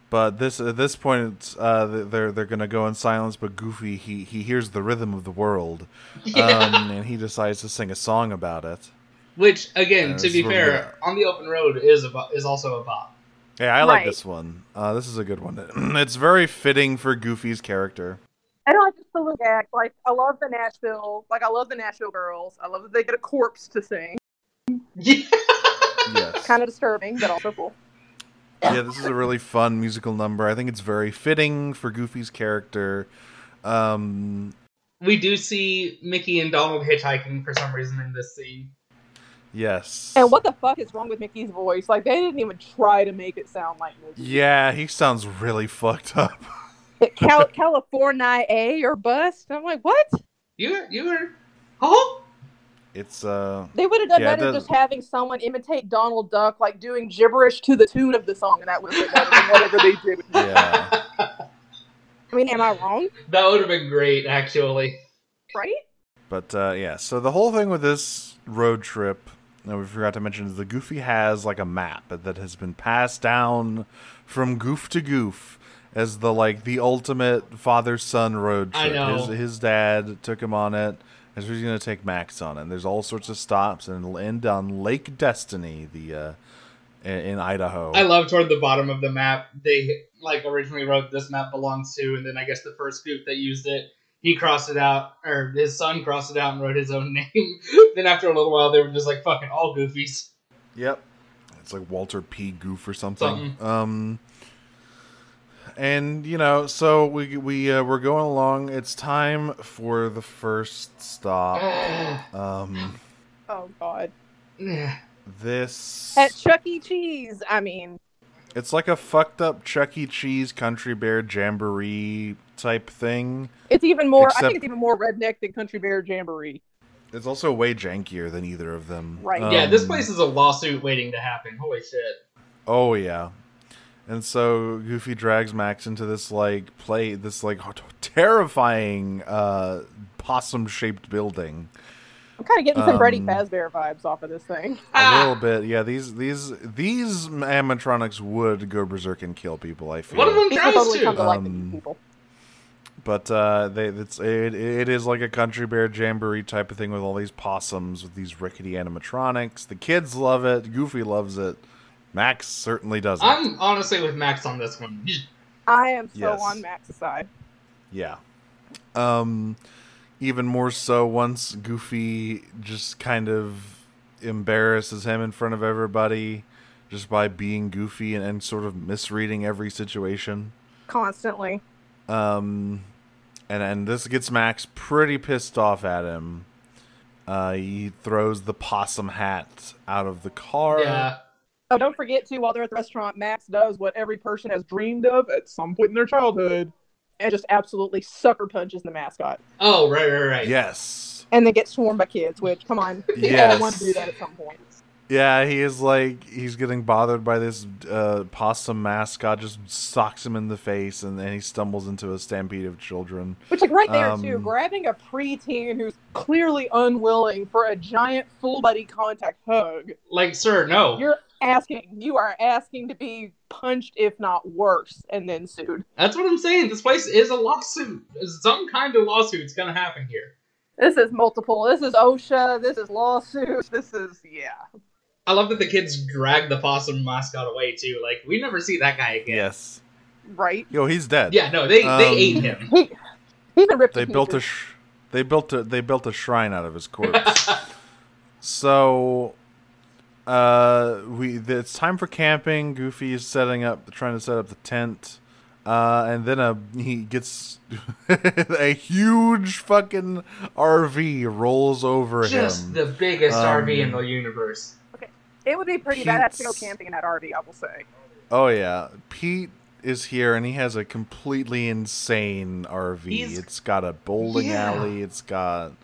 D: but this at this point, it's, uh, th- they're they're gonna go in silence. But Goofy, he he hears the rhythm of the
C: [LAUGHS]
D: world,
C: Yeah.
D: um, and he decides to sing a song about it.
C: Which, again,
D: Uh,
C: to be
D: so-
C: fair, on the open road is a bo- is also a bop. [LAUGHS]
D: Yeah, I like
B: Right.
D: this one. Uh, this is a good one. [CLEARS THROAT] it's very fitting for Goofy's character.
B: I don't like just the little gag. Like I love the Nashville. Like I love the Nashville girls. I love that they get a corpse to sing.
C: Yeah.
B: [LAUGHS]
D: Yes.
B: Kind of disturbing, but also cool.
D: yeah, this is a really fun musical number. I think it's very fitting for Goofy's character. Um,
C: We do see Mickey and Donald hitchhiking for some reason in this scene.
D: yes.
B: And what the fuck is wrong with Mickey's voice? Like they didn't even try to make it sound like Mickey.
D: Yeah, he sounds really fucked up.
B: Cal- California A or bust. I'm like, what?
C: You were, you were, oh,
D: It's uh
B: They would have done
D: Yeah, it
B: better
D: does-
B: just having someone imitate Donald Duck, like doing gibberish to the tune of the song, and that was better than whatever they did.
D: yeah.
B: [LAUGHS]
D: [LAUGHS]
B: I mean, am I wrong?
C: that would have been great actually.
B: Right?
D: but uh yeah, so the whole thing with this road trip, and we forgot to mention is the Goofy has like a map that has been passed down from goof to goof. as the like the ultimate father son road trip.
C: I know.
D: His his dad took him on it, and so he's gonna take Max on it. And there's all sorts of stops, and it'll end on Lake Destiny, the uh, i- in Idaho.
C: I love toward the bottom of the map. They like originally wrote this map belongs to, and then I guess the first group that used it, he crossed it out, or his son crossed it out and wrote his own [LAUGHS] name. then after a little while, they were just like fucking all goofies. [SIGHS]
D: Yep. It's like Walter P. Goof or something.
C: Something.
D: Um, and you know, so we we uh, we're going along. It's time for the
C: [GASPS]
D: first stop.
C: Yeah.
D: Um,
B: Oh God.
D: this
B: At Chuck E. Cheese, I mean,
D: it's like a fucked up Chuck E. Cheese Country Bear Jamboree type thing.
B: it's even more. I
D: Except-
B: think it's even more redneck than Country Bear Jamboree.
D: It's also way jankier than either of them.
B: Right.
C: yeah, this
D: Um,
C: place is a lawsuit waiting to happen. Holy shit.
D: Oh yeah. And so Goofy drags Max into this like play this like terrifying uh possum shaped building.
B: I'm kind of getting some Freddy
D: Um,
B: Fazbear vibes off of this thing.
C: Ah!
D: A little bit. Yeah, these these these animatronics would go berserk and kill people, I feel.
C: One of them
B: People
C: tries
B: totally
C: to.
B: come to like the
D: Um,
B: people.
D: But uh they it's it, it is like a country bear jamboree type of thing with all these possums with these rickety animatronics. The kids love it, Goofy loves it. Max certainly doesn't.
C: I'm honestly with Max on this one.
B: I am so
D: yes.
B: on Max's side.
D: Yeah. Um even more so once Goofy just kind of embarrasses him in front of everybody just by being goofy and, and sort of misreading every situation.
B: Constantly.
D: Um and and this gets Max pretty pissed off at him. Uh, he throws the possum hat out of the car.
C: Yeah.
B: Oh, don't forget too, while they're at the restaurant, Max does what every person has dreamed of at some point in their childhood, and just absolutely sucker punches the mascot,
C: Oh, right, right, right.
D: Yes.
B: and then gets swarmed by kids. Which, come on, we all
D: Yes.
B: want to do that at some point.
D: Yeah, he is like he's getting bothered by this uh, possum mascot. Just socks him in the face, and then he stumbles into a stampede of children.
B: Which, like, right there too,
D: Um,
B: grabbing a preteen who's clearly unwilling for a giant full body contact hug.
C: Like, sir, no.
B: You're asking. You are asking to be punched, if not worse, and then sued.
C: That's what I'm saying. This place is a lawsuit. Some kind of lawsuit's gonna happen here.
B: This is multiple. This is OSHA. This is lawsuits. This is yeah.
C: I love that the kids drag the possum mascot away too. Like we never see that guy again.
D: Yes,
B: Right.
D: yo, he's dead.
C: Yeah, no, they
D: Um,
C: they ate
D: [LAUGHS]
C: him.
B: He, he's been ripped.
D: they
B: to
D: built a
B: pieces.
D: sh- they built a they built a shrine out of
C: [LAUGHS]
D: his corpse. so, uh, we th- it's time for camping. Goofy is setting up, trying to set up the tent, uh, and then a he gets [LAUGHS] a huge fucking RV rolls over
C: Just
D: him.
C: the biggest
D: Um,
C: RV in the universe.
B: It would be pretty
D: Cute.
B: badass to go camping in that RV. I will say.
D: Oh yeah, Pete is here and he has a completely insane RV.
C: He's-
D: It's got a bowling
C: Yeah.
D: alley. It's got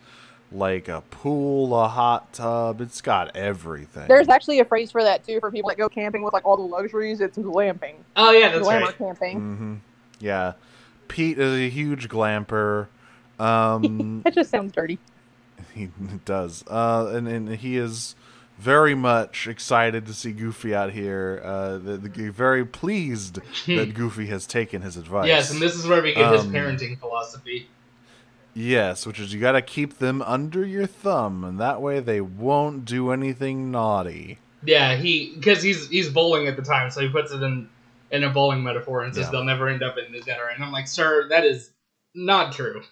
D: like a pool, a hot tub. It's got everything.
B: There's actually a phrase for that too for people that go camping with like all the luxuries. It's glamping.
C: Oh yeah, that's
B: Glamour
C: right.
B: camping.
D: hmm Yeah, Pete is a huge glamper.
C: [LAUGHS]
B: [LAUGHS]
D: Um, [LAUGHS]
B: That just sounds dirty.
D: he does, uh, and and he is very much excited to see Goofy out here. Uh, the, the, very pleased
C: [LAUGHS]
D: that Goofy has taken his advice.
C: Yes, and this is where we get his
D: Um,
C: parenting philosophy.
D: Yes, which is you gotta keep them under your thumb, and that way they won't do anything naughty.
C: Yeah, he because he's he's bowling at the time, so he puts it in in a bowling metaphor and says
D: Yeah.
C: they'll never end up in the gutter. And I'm like, sir, that is not true.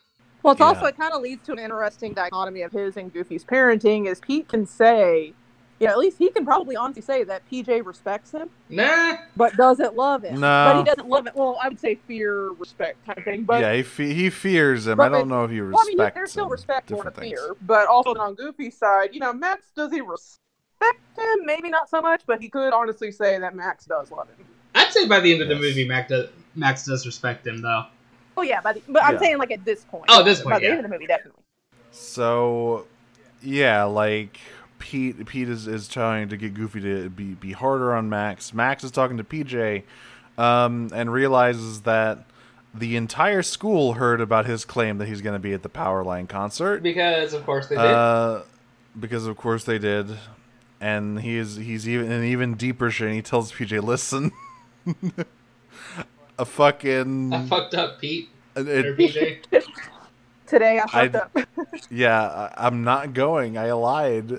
B: Well, it's
D: Yeah.
B: also it kind of leads to an interesting dichotomy of his and Goofy's parenting. Is Pete can say, you know, at least he can probably honestly say that PJ respects him,
C: Nah,
B: but doesn't love him.
D: No.
B: But he doesn't love it. Well, I would say fear, respect kind of thing. But
D: yeah, he, fe- he fears him.
B: But
D: I don't know if you
B: well, I mean,
D: respect.
B: he- there's still
D: him.
B: respect more than
D: Different things.
B: fear. But also on Goofy's side, you know, Max does he respect him? Maybe not so much, but he could honestly say that Max does love him.
C: I'd say by the end of the
D: Yes.
C: movie, Max does, Max does respect him though.
B: Oh yeah, by the, but I'm
D: Yeah.
B: saying like at this point.
C: Oh, at this
B: by
C: point,
B: the
C: yeah.
B: end of the movie, definitely.
D: So, yeah, like Pete, Pete is, is trying to get Goofy to be be harder on Max. Max is talking to PJ, um, and realizes that the entire school heard about his claim that he's gonna be at the Powerline concert.
C: Because of course they did.
D: Uh, because of course they did, and he is he's even in even deeper shit. And he tells PJ, "Listen, [LAUGHS] a fucking
C: I fucked up Pete
D: it-
C: or
D: it-
C: PJ.
D: [LAUGHS]
B: Today I fucked
D: I'd-
B: up. [LAUGHS]
D: yeah I, i'm not going i lied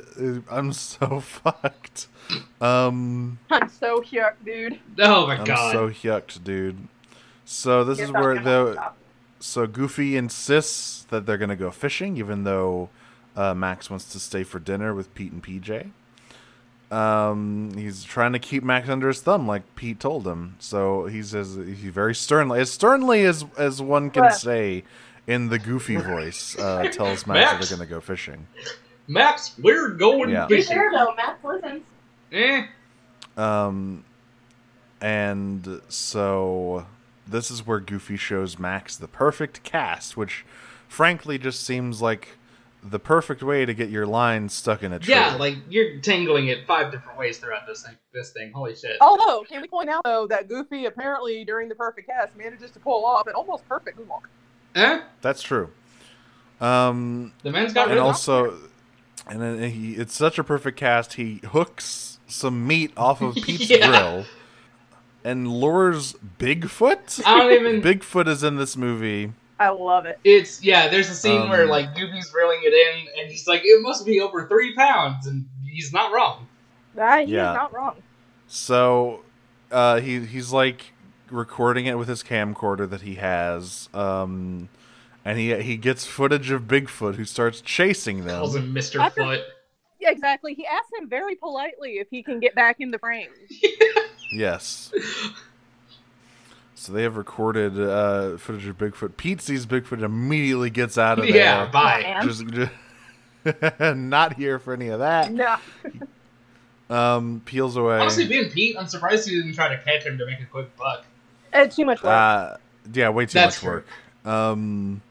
D: i'm so [LAUGHS] fucked um
B: I'm so yuck, dude.
C: Oh my
D: i'm
C: god.
D: so yucked dude so this
B: You're
D: is where
B: fucking
D: the
B: awesome.
D: so goofy insists that they're going to go fishing even though uh, max wants to stay for dinner with pete and pj um, he's trying to keep max under his thumb like pete told him so he says he very sternly as sternly as as one can
B: Right.
D: say in the goofy voice uh, tells max, that
C: Max.
D: they're going to go fishing
C: Max, we're going
D: Yeah.
B: Be
C: fishing.
B: fair though, Max listens.
C: Eh.
D: Um, and so this is where Goofy shows Max the perfect cast, which frankly just seems like the perfect way to get your line stuck in a tree.
C: Yeah, like you're tangling it five different ways throughout this thing. This thing, holy shit!
B: Although, Oh, can we point out though that Goofy apparently during the perfect cast manages to pull off an almost perfect moonwalk.
C: Eh?
D: that's true. Um,
C: The man's got
D: and
C: rhythm.
D: also, and then he, it's such a perfect cast. He hooks some meat off
C: [LAUGHS]
D: of Pete's
C: Yeah.
D: grill and lures Bigfoot.
C: I don't
D: [LAUGHS]
C: even.
D: Bigfoot is in this movie.
B: I love it.
C: It's yeah. There's a scene
D: Um,
C: where like Goofy's reeling it in, and he's like, "It must be over three pounds," and he's not wrong.
B: That he's
D: Yeah.
B: not wrong.
D: So uh, he he's like recording it with his camcorder that he has, um, and he he gets footage of Bigfoot who starts chasing
C: Calls
D: them.
C: him Mister
B: I
C: Foot.
B: Yeah, exactly. He asked him very politely if he can get back in the frame.
C: [LAUGHS]
D: Yes. So they have recorded uh, footage of Bigfoot. Pete sees Bigfoot and immediately gets out of
C: Yeah,
D: there.
C: bye.
D: Just, [LAUGHS] just not here for any of that.
B: No.
D: Um, peels away.
C: Honestly, being Pete, I'm surprised he didn't try to catch him to make a quick buck.
B: It's too much work.
D: uh, yeah, way too
C: That's
D: much work. Um,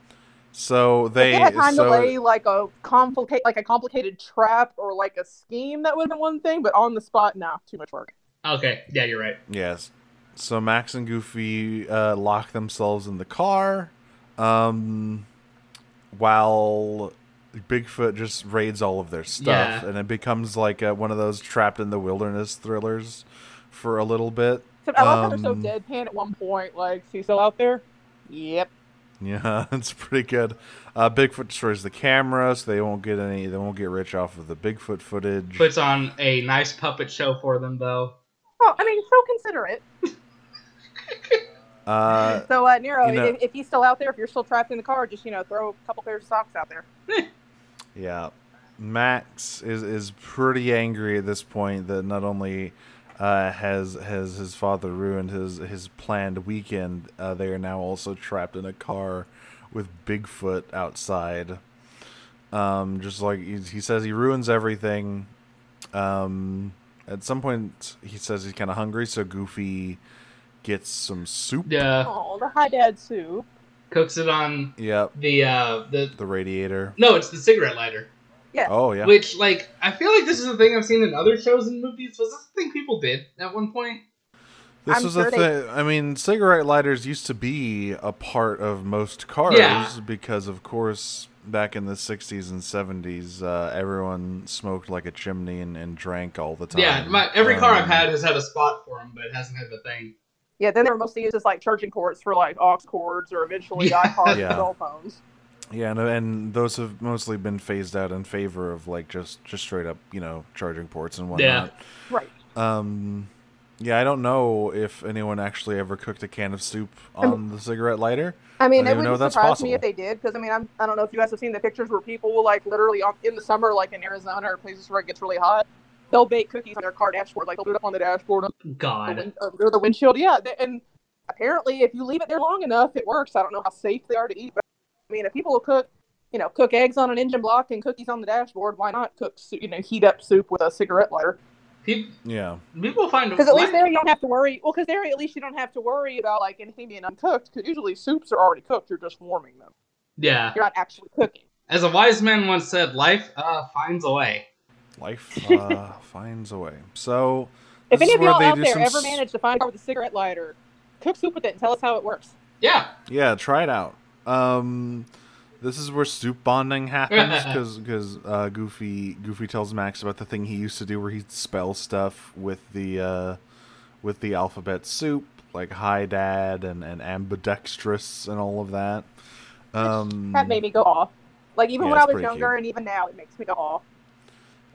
D: so they
B: if they had time
D: so,
B: to lay like a complicate like a complicated trap or like a scheme, that would have been one thing. But on the spot, nah, too much work.
C: Okay, yeah, you're right.
D: Yes. So Max and Goofy uh, lock themselves in the car, um, while Bigfoot just raids all of their stuff,
C: Yeah.
D: and it becomes like uh one of those trapped in the wilderness thrillers for a little bit. [LAUGHS]
B: So I love how they're so
D: Um,
B: deadpan at one point. Like, see, so out there. Yep.
D: Yeah, it's pretty good. Uh, Bigfoot destroys the camera, so they won't get any. They won't get rich off of the Bigfoot footage.
C: Puts on a nice puppet show for them, though.
B: Oh, I mean, so considerate.
D: uh,
B: So, uh, Nero,
D: You know-
B: if, if he's still out there, if you're still trapped in the car, just you know, throw a couple pairs of socks out there.
D: Yeah. Max is is pretty angry at this point that not only uh, has has his father ruined his his planned weekend, uh, they are now also trapped in a car with Bigfoot outside. Um, just like he, he says, he ruins everything. Um, at some point, he says he's kind of hungry, so Goofy gets some soup.
C: Yeah,
B: Oh, the high dad soup.
C: Uh, cooks it on
D: Yep.
C: the uh the
D: The radiator.
C: no, it's the cigarette lighter.
D: Oh yeah.
C: Which, like, I feel like this is a thing I've seen in other shows and movies. Was this a thing people did at one point?
D: This
B: I'm
D: was
B: sure
D: a
B: they-
D: thing. I mean, cigarette lighters used to be a part of most cars
C: Yeah.
D: because, of course, back in the '60s and '70s, uh, everyone smoked like a chimney and, and drank all the time.
C: Yeah, my, every car I've
D: Um,
C: had has had a spot for them, but it hasn't had the thing.
B: Yeah, then they were mostly used as like charging cords for like aux cords or eventually
C: Yeah.
B: iPods
D: Yeah.
B: and cell phones.
D: Yeah, and, and those have mostly been phased out in favor of like just just straight up, you know, charging ports and whatnot.
B: Right.
D: Um, yeah, I don't know if anyone actually ever cooked a can of soup
B: Um,
D: on the cigarette lighter.
B: I mean,
D: I
B: it
D: don't even know
B: wouldn't
D: if that's
B: surprise me
D: possible.
B: if they did, because I mean, I'm, I don't know if you guys have seen the pictures where people will like literally on, in the summer, like in Arizona or places where it gets really hot, they'll bake cookies on their car dashboard, like they'll put it up on the dashboard under the,
C: God.
B: win- under the windshield. Yeah, they, and apparently, if you leave it there long enough, it works. I don't know how safe they are to eat, but I mean, if people will cook, you know, cook eggs on an engine block and cookies on the dashboard, why not cook, sou- you know, heat up soup with a cigarette lighter?
C: Pe-
D: Yeah.
C: People find
B: Because at least
C: my-
B: there you don't have to worry. Well, because there at least you don't have to worry about like anything being uncooked. Because usually soups are already cooked; you're just warming them.
C: Yeah.
B: You're not actually cooking.
C: As a wise man once said, life uh, finds a way.
D: Life uh, finds a way. So
B: If
D: This
B: any
D: is
B: of
D: where
B: y'all
D: they
B: out
D: do
B: there
D: some
B: ever
D: s-
B: manage to find a car with a cigarette lighter, cook soup with it and tell us how it works.
C: Yeah.
D: Yeah, try it out. Um, this is where soup bonding happens because uh, Goofy Goofy tells Max about the thing he used to do where he'd spell stuff with the uh, with the alphabet soup. like Hi Dad and, and Ambidextrous and all of that. Um,
B: That made me go off. Like even
D: Yeah,
B: when I
D: it's
B: was
D: pretty
B: younger,
D: cute.
B: and even now, it makes me go off.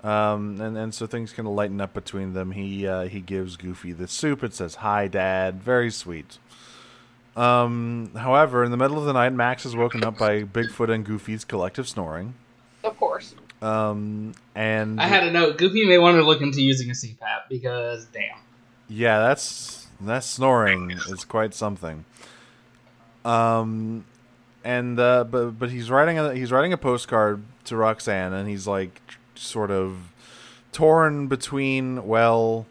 D: Um, and and so things kind of lighten up between them. He uh, he gives Goofy the soup. It says "Hi, Dad." Very sweet. Um, however, in the middle of the night, Max is woken up by Bigfoot and Goofy's collective snoring.
B: Of course.
D: Um, and
C: I had a note. Goofy may want to look into using a CPAP because damn. [LAUGHS]
D: yeah, that's that snoring is quite something. Um, and uh, but but he's writing a he's writing a postcard to Roxanne, and he's like sort of torn between well,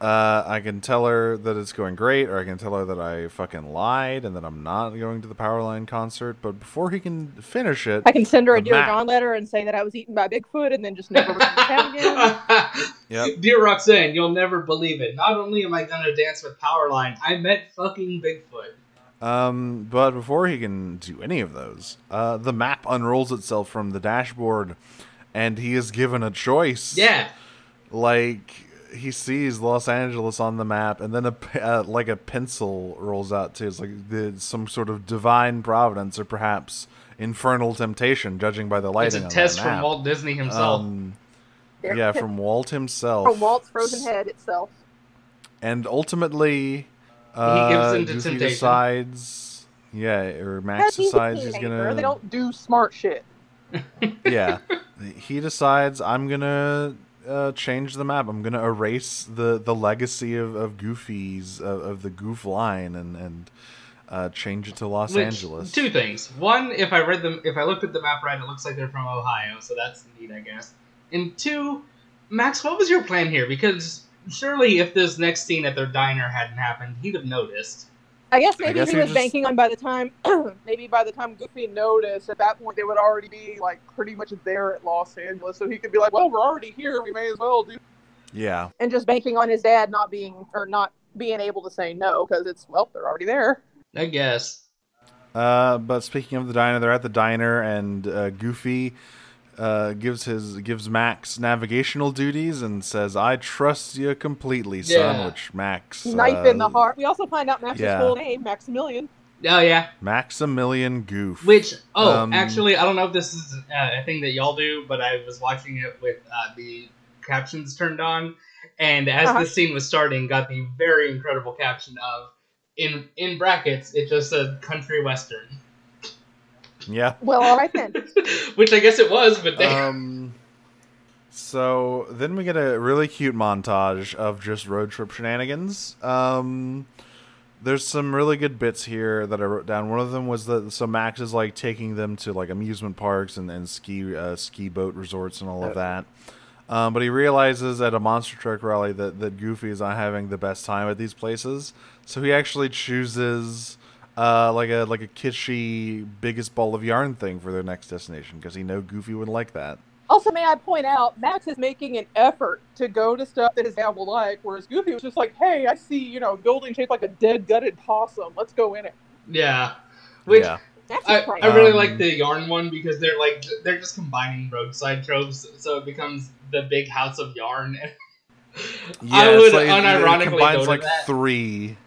D: uh, I can tell her that it's going great, or I can tell her that I fucking lied and that I'm not going to the Powerline concert. But before he can finish it,
B: I can send her a
D: The
B: dear
D: map.
B: John letter and say that I was eaten by Bigfoot, and then just never return to town [LAUGHS] again.
D: Yep.
C: Dear Roxanne, you'll never believe it. Not only am I gonna dance with Powerline, I met fucking Bigfoot.
D: Um, but before he can do any of those, uh, the map unrolls itself from the dashboard, and he is given a choice.
C: Yeah.
D: like he sees Los Angeles on the map, and then a p- uh, like a pencil rolls out too. It's like the, some sort of divine providence, or perhaps infernal temptation, judging by the
C: It's
D: lighting.
C: a
D: on
C: test
D: that
C: from
D: map.
C: Walt Disney himself.
D: Um,
B: There-
D: yeah, from Walt himself.
B: from Walt's frozen head itself.
D: And ultimately, uh,
C: in to
D: Goofy
C: temptation.
D: decides. Yeah, or Max
B: That's easy,
D: decides he's
B: Neighbor.
D: gonna.
B: They don't do smart shit.
D: [LAUGHS] yeah he decides i'm gonna uh, change the map i'm gonna erase the the legacy of, of goofy's of, of the goof line and and uh, change it to los
C: Which-
D: angeles
C: Two things. One, if I read them, if I looked at the map right, it looks like they're from Ohio, so that's neat, I guess. And two, Max, what was your plan here? Because surely, if this next scene at their diner hadn't happened, he'd have noticed.
B: I guess
D: I
B: maybe
D: guess
B: he
D: he
B: was
D: just-
B: banking on by the time, [CLEARS THROAT] maybe by the time Goofy noticed, at that point they would already be like pretty much there at Los Angeles, so he could be like, "Well, we're already here. We may as well do."
D: yeah
B: And just banking on his dad not being or not being able to say no because it's well, they're already there.
C: I guess.
D: uh, but speaking of the diner they're at the diner and uh, goofy uh, gives his gives Max navigational duties and says, "I trust you completely, son."
C: Yeah.
D: Which Max
B: Knife
D: uh,
B: in the heart. We also find out Max's
D: yeah.
B: full name, Maximilian.
C: Oh yeah.
D: Maximilian Goof.
C: Which oh,
D: Um,
C: actually, I don't know if this is uh, a thing that y'all do, but I was watching it with uh, the captions turned on, and as
B: Uh-huh.
C: the scene was starting, got the very incredible caption of in in brackets, it just said country western,
D: yeah,
B: Well, all right then.
C: [LAUGHS] which I guess it was, [LAUGHS] but they.
D: Um, so then we get a really cute montage of just road trip shenanigans. Um, there's some really good bits here that I wrote down. One of them was that so Max is like taking them to like amusement parks and, and ski uh, ski boat resorts and all of that. Um, but he realizes at a monster truck rally that, that Goofy is not having the best time at these places, so he actually chooses uh, like a like a kitschy biggest ball of yarn thing for their next destination because he know Goofy would like that.
B: Also, may I point out, Max is making an effort to go to stuff that his dad will like, whereas Goofy was just like, "Hey, I see, you know, building shaped like a dead gutted possum. Let's go in it."
C: Yeah. Which
D: yeah,
B: That's
C: I,
B: his
C: I
B: plan.
D: Um,
C: really like the yarn one because they're like they're just combining roadside tropes, so it becomes the big house of yarn. [LAUGHS] I
D: it's
C: would
D: like- it-
C: unironically
D: it combines
C: go to
D: like
C: that.
D: three.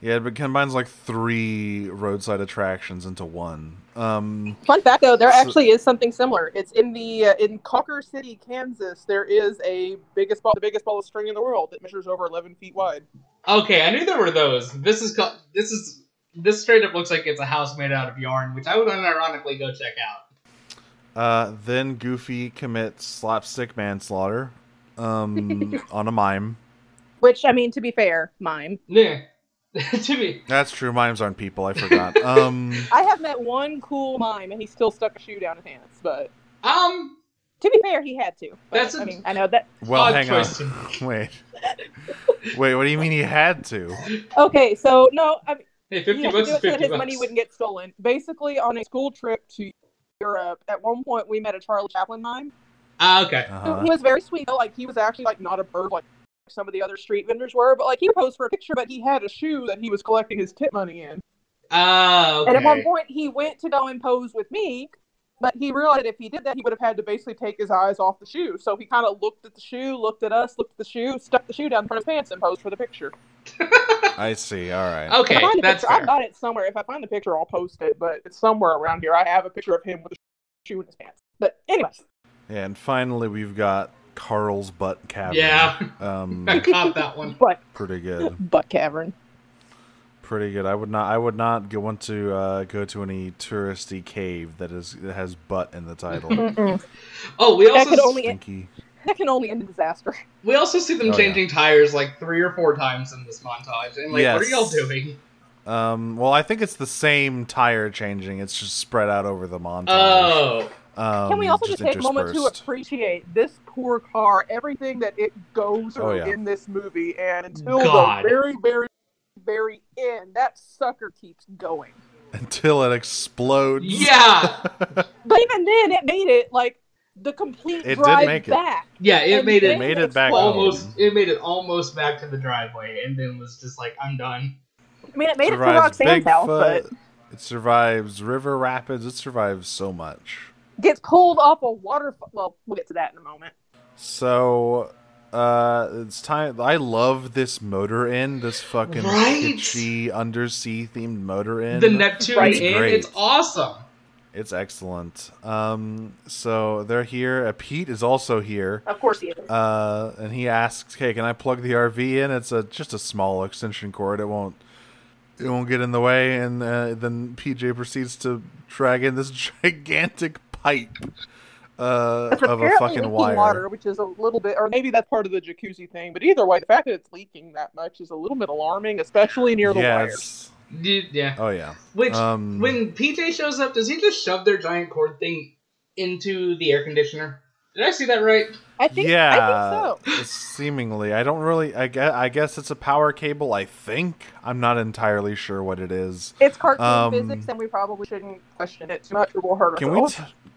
D: Yeah, it combines like three roadside attractions into one. Um,
B: Fun fact, though, there
D: So-
B: actually is something similar. It's in the uh, in Cocker City, Kansas. There is a biggest ball, the biggest ball of string in the world that measures over eleven feet wide.
C: Okay, I knew there were those. This is called, this is this straight up looks like it's a house made out of yarn, which I would unironically go check out.
D: uh, then Goofy commits slapstick manslaughter
C: [LAUGHS]
D: um, on a mime.
B: Which, I mean, to be fair, mime.
C: Yeah. [LAUGHS] to be
D: That's true. Mimes aren't people. I forgot. Um,
B: I have met one cool mime, and he still stuck a shoe down his hands. But
C: um
B: to be fair, he had to. But,
C: That's a-
B: I mean, I know that.
D: well,
C: Odd
D: hang
C: choice to
D: on. [LAUGHS] Wait. Wait. What do you mean he had to?
B: Okay, so no, I mean,
C: hey, fifty
B: Yeah, do
C: bucks is
B: it so that
C: fifty
B: his
C: bucks.
B: money wouldn't get stolen. Basically, on a school trip to Europe, at one point we met a Charlie Chaplin mime.
C: Ah, okay.
B: who-
C: [LAUGHS]
D: Uh-huh.
B: He was very sweet though. Like he was actually like not a bird like some of the other street vendors were, but like he posed for a picture, but he had a shoe that he was collecting his tip money in.
C: Ah, okay.
B: And at one point he went to go and pose with me, but he realized that if he did that, he would have had to basically take his eyes off the shoe. So he kind of looked at the shoe, looked at us, looked at the shoe, stuck the shoe down in front of his pants, and posed for the picture.
D: I see. All right.
C: Okay,
B: I find a
C: that's
B: picture, I've
C: fair.
B: got it somewhere. If I find the picture, I'll post it. But it's somewhere around here. I have a picture of him with a shoe in his pants. But anyways,
D: And finally, we've got Carl's butt cavern.
C: Yeah. [LAUGHS]
D: Um,
C: I caught that one.
B: butt
D: pretty good.
B: butt cavern.
D: Pretty good. I would not. I would not go want to uh, go to any touristy cave that is that has butt in
C: [LAUGHS]
D: the title.
B: Mm-mm.
C: Oh, we
B: That
C: also
B: could only
D: Stinky.
B: that can only end in disaster.
C: we also see them
D: Oh, yeah.
C: changing tires like three or four times in this montage. And like, what are
D: Yes.
C: y'all doing?
D: Um, well, I think it's the same tire changing. It's just spread out over the montage.
C: Oh,
D: um,
B: Can we also just take a moment to
D: interspersed. [LAUGHS]
B: appreciate this poor car, everything that it goes through
D: Oh, yeah.
B: in this movie, and until
C: God.
B: the very, very, very end, that sucker keeps going.
D: until it explodes?
C: yeah,
B: But even then, it made it like the complete
D: It did
B: drive
D: make it.
B: back.
C: yeah. It
B: And
C: made
B: then
C: it
D: Made it back
B: exploded.
C: almost.
D: oh.
C: It made it almost back to the driveway, and then was just like, I'm done.
B: I mean, it made it to
D: survives
B: Roxanne's house,
D: Bigfoot,
B: but
D: It survives river rapids. It survives so much.
B: gets pulled off a waterfall. Well, we'll get to that in a moment.
D: So uh it's time I love this motor inn, this fucking
C: Right?
D: kitschy undersea themed motor inn.
C: The Neptune
B: Right.
C: Inn.
D: Great.
C: It's awesome.
D: it's excellent. Um so they're here. Uh, Pete is also here.
B: Of course, he is.
D: Uh and he asks, "Hey, can I plug the RV in? It's a just a small extension cord. It won't it won't get in the way." And uh, then PJ proceeds to drag in this [LAUGHS] gigantic pipe uh, of a
B: apparently
D: fucking
B: leaking
D: wire.
B: water, which is a little bit, or maybe that's part of the jacuzzi thing. But either way, the fact that it's leaking that much is a little bit alarming, especially near the
D: yeah,
B: wires.
D: it's-
C: Dude, yeah.
D: Oh yeah.
C: Which
D: Um,
C: when PJ shows up, does he just shove their giant cord thing into the air conditioner? Did I see that right?
B: I think,
D: yeah,
B: I think so.
D: it's seemingly. I don't really. I guess, I guess it's a power cable. I think I'm not entirely sure what it is.
B: It's cartoon
D: Um,
B: physics, and we probably shouldn't question it too much, or we'll hurt
D: Can we?
B: ourselves.
D: T-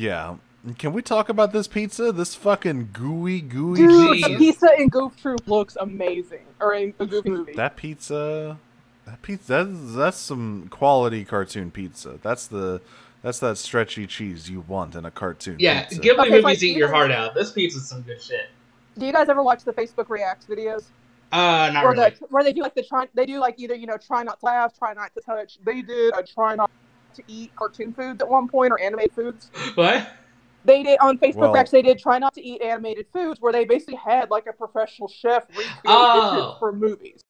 D: yeah. Can we talk about this pizza? This fucking gooey, gooey
B: Dude,
C: Jeez.
B: the pizza in Goof Troop looks amazing, or in the Goofy movie.
D: That pizza. That pizza. That's, that's some quality cartoon pizza. That's the. That's that stretchy cheese you want in a cartoon.
C: Yeah,
D: pizza.
C: Ghibli
B: Okay,
C: movies
B: like,
C: eat your
B: even-
C: heart out. This pizza's some good shit.
B: Do you guys ever watch the Facebook Reacts videos,
C: Uh, not
B: or
C: really.
B: the where they do like the try? They do like either you know try not to laugh, try not to touch. They did a try not to eat cartoon foods at one point, or animated foods.
C: What?
B: they did on Facebook
D: Well-
B: Rex. They did try not to eat animated foods, where they basically had like a professional chef recreate
C: Oh.
B: dishes for movies.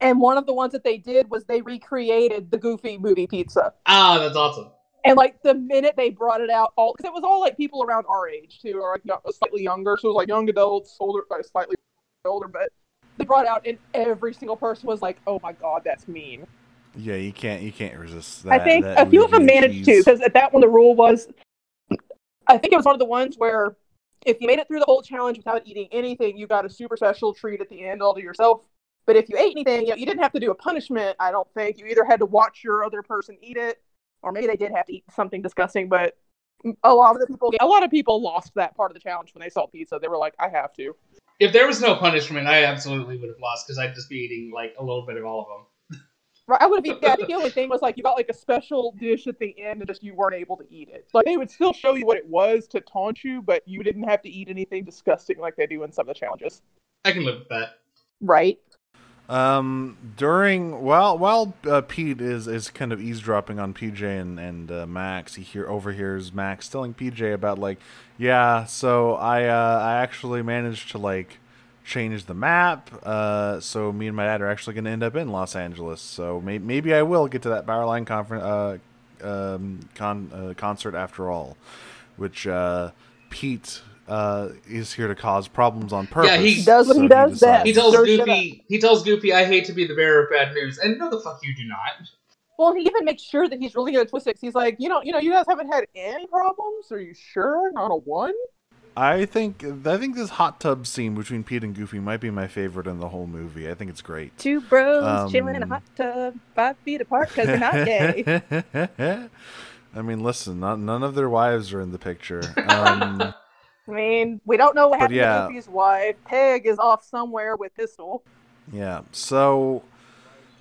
B: And one of the ones that they did was they recreated the Goofy movie pizza.
C: Ah, that's awesome.
B: And like the minute they brought it out, all because it was all like people around our age too, or like yo- slightly younger. So it was like young adults, older, uh, slightly older, but they brought it out, and every single person was like, "Oh my god, that's mean."
D: Yeah, you can't. You can't resist that.
B: I think
D: that
B: a few of them
D: gooey
B: managed to
D: cheese.
B: because at that one the rule was, I think it was one of the ones where if you made it through the whole challenge without eating anything, you got a super special treat at the end all to yourself. But if you ate anything, you, know, you didn't have to do a punishment. I don't think you either had to watch your other person eat it, or maybe they did have to eat something disgusting. But a lot of the people, a lot of people lost that part of the challenge when they saw pizza. They were like, "I have to."
C: If there was no punishment, I absolutely would have lost because I'd just be eating like a little bit of all of them.
B: Right, I would have
D: [LAUGHS]
B: eaten. Yeah, I think the only thing was like you got like a special dish at the end, and just you weren't able to eat it. Like they would still show you what it was to taunt you, but you didn't have to eat anything disgusting like they do in some of the challenges.
C: I can live with that.
B: Right.
D: Um, during while while uh, Pete is is kind of eavesdropping on PJ and and uh, Max, he hear overhears Max telling PJ about like, yeah, so I uh, I actually managed to like change the map. Uh, so me and my dad are actually going to end up in Los Angeles. So may- maybe I will get to that Powerline conference uh, um, con- uh, concert after all, which uh, Pete. Uh, is here to cause problems on purpose.
C: Yeah, he
B: does what he does best.
D: decides-
C: He tells
B: Sure, shut
C: Goofy. He tells Goofy, "I hate to be the bearer of bad news," and no, the fuck you do not.
B: Well, he even makes sure that he's really gonna twist it. 'cause He's like, you know, you know, you guys haven't had any problems. Are you sure? Not a one.
D: I think I think this hot tub scene between Pete and Goofy might be my favorite in the whole movie. I think it's great.
B: Two bros
D: Um, chilling in a hot
B: tub, five feet apart
D: [LAUGHS] I mean, listen, not, none of their wives are in the picture. [LAUGHS] Um,
B: [LAUGHS] I mean, we don't know what
D: But
B: happened
D: yeah.
B: to Goofy's wife. Peg is off somewhere with Pistol.
D: yeah, so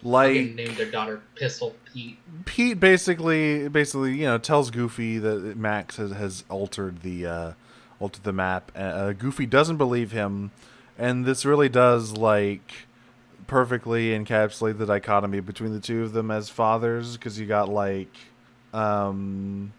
C: Fucking
D: like
C: named their daughter Pistol Pete.
D: Pete basically basically you know tells Goofy that Max has, has altered the uh, altered uh, the map. Uh, Goofy doesn't believe him, and this really does like perfectly encapsulate the dichotomy between the two of them as fathers because you got like um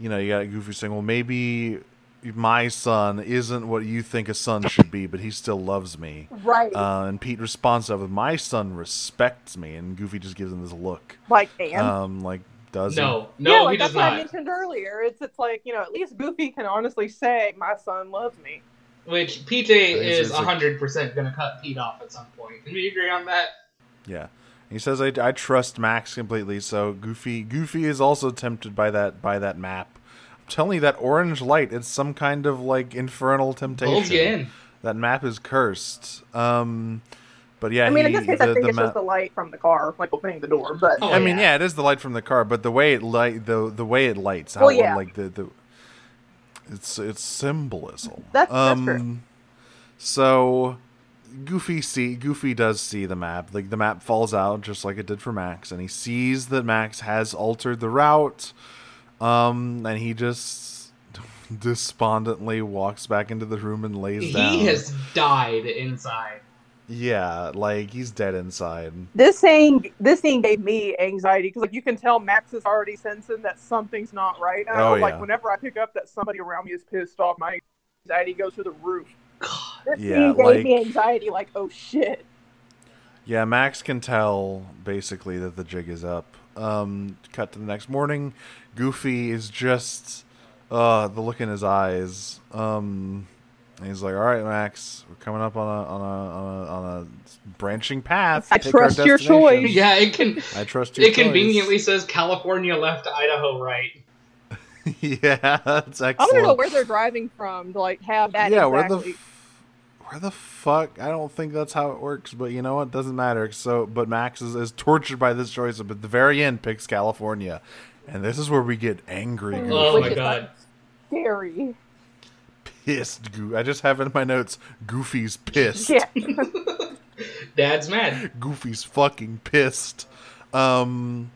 D: you know you got goofy saying well maybe my son isn't what you think a son should be but he still loves me
B: Right.
D: uh, and pete responds to that with my son respects me and goofy just gives him this look
B: like and
D: um like does he?
C: No, no,
B: yeah, like
C: he
B: that's
C: does
B: what I
C: not.
B: mentioned earlier. It's it's like you know at least Goofy can honestly say my son loves me.
C: Which PJ
D: it's-
C: is
D: it's a-
C: hundred percent gonna cut Pete off at some point. Can we agree on that?
D: Yeah. He says I, I trust Max completely, so Goofy Goofy is also tempted by that by that map. I'm telling you that orange light, it's some kind of like infernal
C: Pulls you
D: temptation.
C: in.
D: That map is cursed. Um but yeah,
B: I mean, in
D: he-
B: this case,
D: the,
B: I think
D: the
B: it's
D: map,
B: just the light from the car, like opening the door. But
C: Oh,
D: I mean, yeah, it is the light from the car, but the way it light the the way it lights, how
B: Well, yeah.
D: like the, the it's it's symbolism. Um,
B: That's- that's true.
D: So Goofy see Goofy does see the map. Like the map falls out just like it did for Max, and he sees that Max has altered the route. Um, and he just [LAUGHS] despondently walks back into the room and lays
C: He
D: down.
C: has died
D: [LAUGHS]
C: inside.
D: Yeah, like he's dead inside.
B: this scene, this scene gave me anxiety because like you can tell Max is already sensing that something's not right. And I
D: Oh,
B: was like
D: yeah.
B: whenever I pick up that somebody around me is pissed off, my anxiety goes through the roof. This
D: Yeah,
B: scene gave me
D: like-
B: anxiety. Like oh shit.
D: Yeah, Max can tell basically that the jig is up. Um, cut to the next morning. Goofy is just uh, the look in his eyes. Um, and he's like, "All right, Max, we're coming up on a on a on a, on a branching path.
B: I
D: our
B: trust your
D: destination."
B: choice.
C: Yeah, it can.
D: I trust your
C: It conveniently says California left, Idaho right.
D: choice. [LAUGHS] yeah, that's excellent.
B: I want to know where they're driving from to like have that.
D: yeah,
B: exactly.
D: where the f- where the fuck? I don't think that's how it works, but you know what? Doesn't matter. So, but Max is, is tortured by this choice, but at the very end picks California, and this is where we get angry.
B: Mm.
C: Oh
D: Goofy.
C: my
B: Which is
C: god.
B: scary. [LAUGHS]
D: pissed. Goo- I just have it in my notes. Goofy's pissed.
B: [LAUGHS] Yeah.
C: Dad's mad.
D: Goofy's fucking pissed. Um,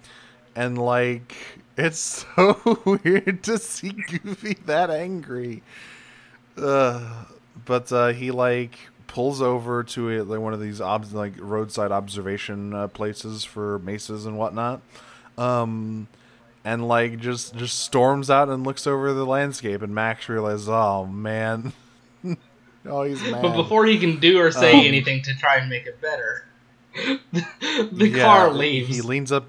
D: and like it's [LAUGHS] so weird to see Goofy that angry. Uh, but uh, he like pulls over to a, like one of these ob- like roadside observation uh, places for maces and whatnot. Um, and like just just storms out and looks over the landscape, and Max realizes, oh man. [LAUGHS] Oh, he's mad.
C: But before he can do or say
D: Um,
C: anything to try and make it better, [LAUGHS] the
D: Yeah,
C: car
D: he-
C: leaves.
D: He leans up.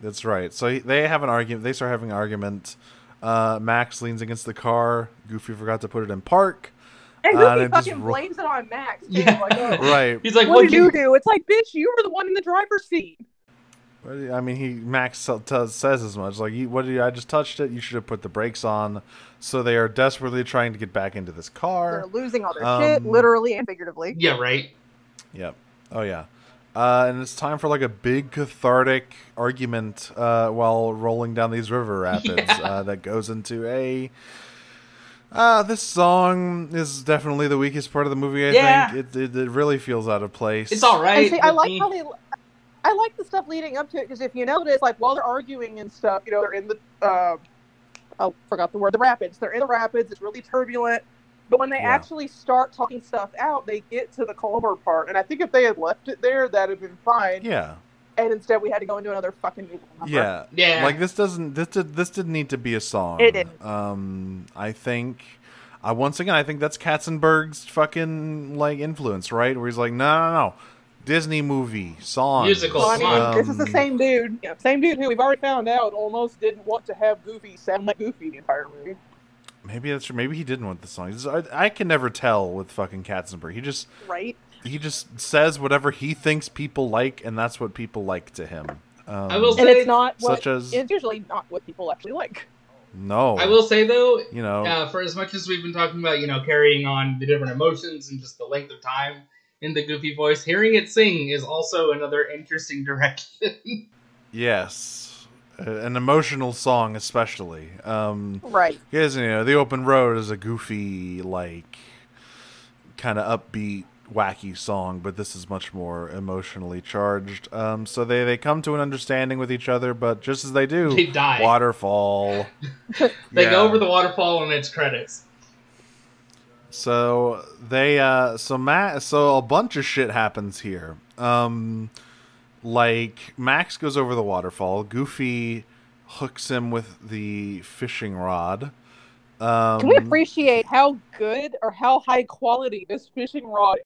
D: That's right. So he- they have an argument. They start having an argument. Uh, Max leans against the car. Goofy forgot to put it in park.
C: [LAUGHS]
B: And
D: Uh,
B: Goofy
D: and it just
B: fucking
D: ro-
B: blames it on Max. too.
C: Yeah.
B: Like, oh,
D: Right.
C: He's like,
B: what
C: what
B: did you do? It's like, bitch, you were the one in the driver's seat.
D: I mean, he Max t- t- says as much. Like, you, what did you, I just touched it? You should have put the brakes on. So they are desperately trying to get back into this car.
B: They're losing all their
D: Um,
B: shit, literally and figuratively.
C: Yeah, right.
D: Yep. Oh yeah. Uh, and it's time for like a big cathartic argument uh, while rolling down
C: [LAUGHS]
D: these river rapids
C: Yeah.
D: uh, that goes into a. Uh, this song is definitely the weakest part of the movie. I
C: Yeah.
D: think it, it it really feels out of place.
C: It's all right.
B: And see, I
C: with
B: like
C: me.
B: how they. I like the stuff leading up to it because if you notice, like while they're arguing and stuff, you know, they're in the. Uh, oh, forgot the word. The rapids. They're in the rapids. It's really turbulent. But when they
D: Yeah.
B: actually start talking stuff out, they get to the calmer part. And I think if they had left it there, that'd have been fine.
D: Yeah.
B: And instead, we had to go into another fucking musical number.
D: Yeah.
C: Yeah.
D: Like this doesn't this did this didn't need to be a song.
B: It didn't.
D: Um I think I once again I think that's Katzenberg's fucking like influence, right? Where he's like, No no no. Disney movie, Um, song.
C: Musical,
B: So, I mean,
C: Come
B: this is the same dude. Yeah, same dude who we've already found out almost didn't want to have Goofy sound like Goofy the entire movie.
D: Maybe that's true. Maybe he didn't want the song. This- I, I can never tell with fucking Katzenberg. He just
B: Right?
D: he just says whatever he thinks people like, and that's what people like to him. Um,
C: I will
B: And
C: say-
B: it's not what
D: such as
B: it's usually not what people actually like.
D: no.
C: I will say though,
D: You know,
C: uh, for as much as we've been talking about, you know, carrying on the different emotions and just the length of time in the goofy voice, hearing it sing is also another interesting [LAUGHS] direction.
D: yes, A- an emotional song, especially. Um,
B: Right.
D: Because you know, the open road is a goofy, like, kind of upbeat, wacky song, but this is much more emotionally charged. Um, so they they come to an understanding with each other, but just as they do,
C: They die.
D: waterfall.
C: [LAUGHS]
D: [LAUGHS]
C: They
D: Yeah.
C: go over the waterfall and its credits.
D: So they uh so Matt so a bunch of shit happens here. Um, like Max goes over the waterfall. Goofy hooks him with the fishing rod. Um,
B: Can we appreciate how good or how high quality this fishing rod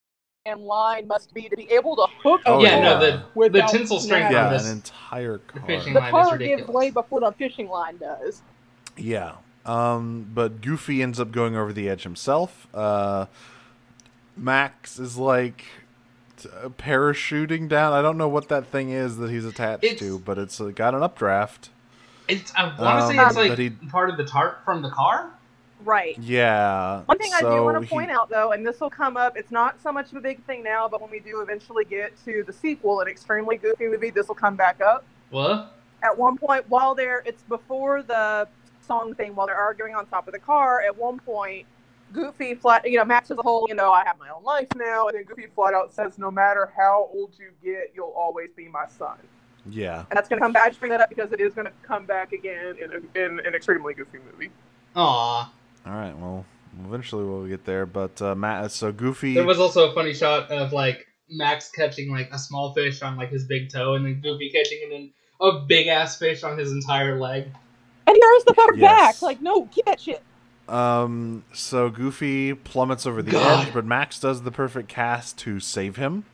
B: and line must be to be able to hook
D: Oh,
B: a
C: yeah,
D: yeah.
C: no, the the
B: Without
C: tinsel string
B: snags.
C: on
D: yeah,
C: this.
D: an entire car.
C: fishing
B: the
C: line is
B: car gives
C: ridiculous.
B: way before the fishing line does.
D: Yeah. Um, but Goofy ends up going over the edge himself. Uh, Max is like t- uh, parachuting down. I don't know what that thing is that he's attached
C: It's-
D: to, but it's uh, got an updraft.
C: It's I want to say
D: Um,
C: it's like
D: but he-
C: part of the tarp from the car.
B: Right.
D: Yeah.
B: One thing I do
D: so
B: want
D: he-
B: to point out, though, and this will come up, it's not so much of a big thing now, but when we do eventually get to the sequel, an extremely goofy movie, this will come back up.
C: What?
B: At one point, while they're, it's before the song thing, while they're arguing on top of the car, at one point, Goofy flat, you know, Max is a whole, you know, I have my own life now, and then Goofy flat out says, no matter how old you get, you'll always be my son.
D: Yeah.
B: And that's going to come back. I just bring that up because it is going to come back again in, a, in an extremely goofy movie.
C: Aw.
D: All right. Well, eventually we'll get there. But uh, Matt, so Goofy.
C: There was also a funny shot of like Max catching like a small fish on like his big toe, and then Goofy catching it, and a big ass fish on his entire leg.
B: And here's the better
D: Yes.
B: back. Like, no, keep that shit.
D: Um, so Goofy plummets over the
C: God.
D: edge, but Max does the perfect cast to save him.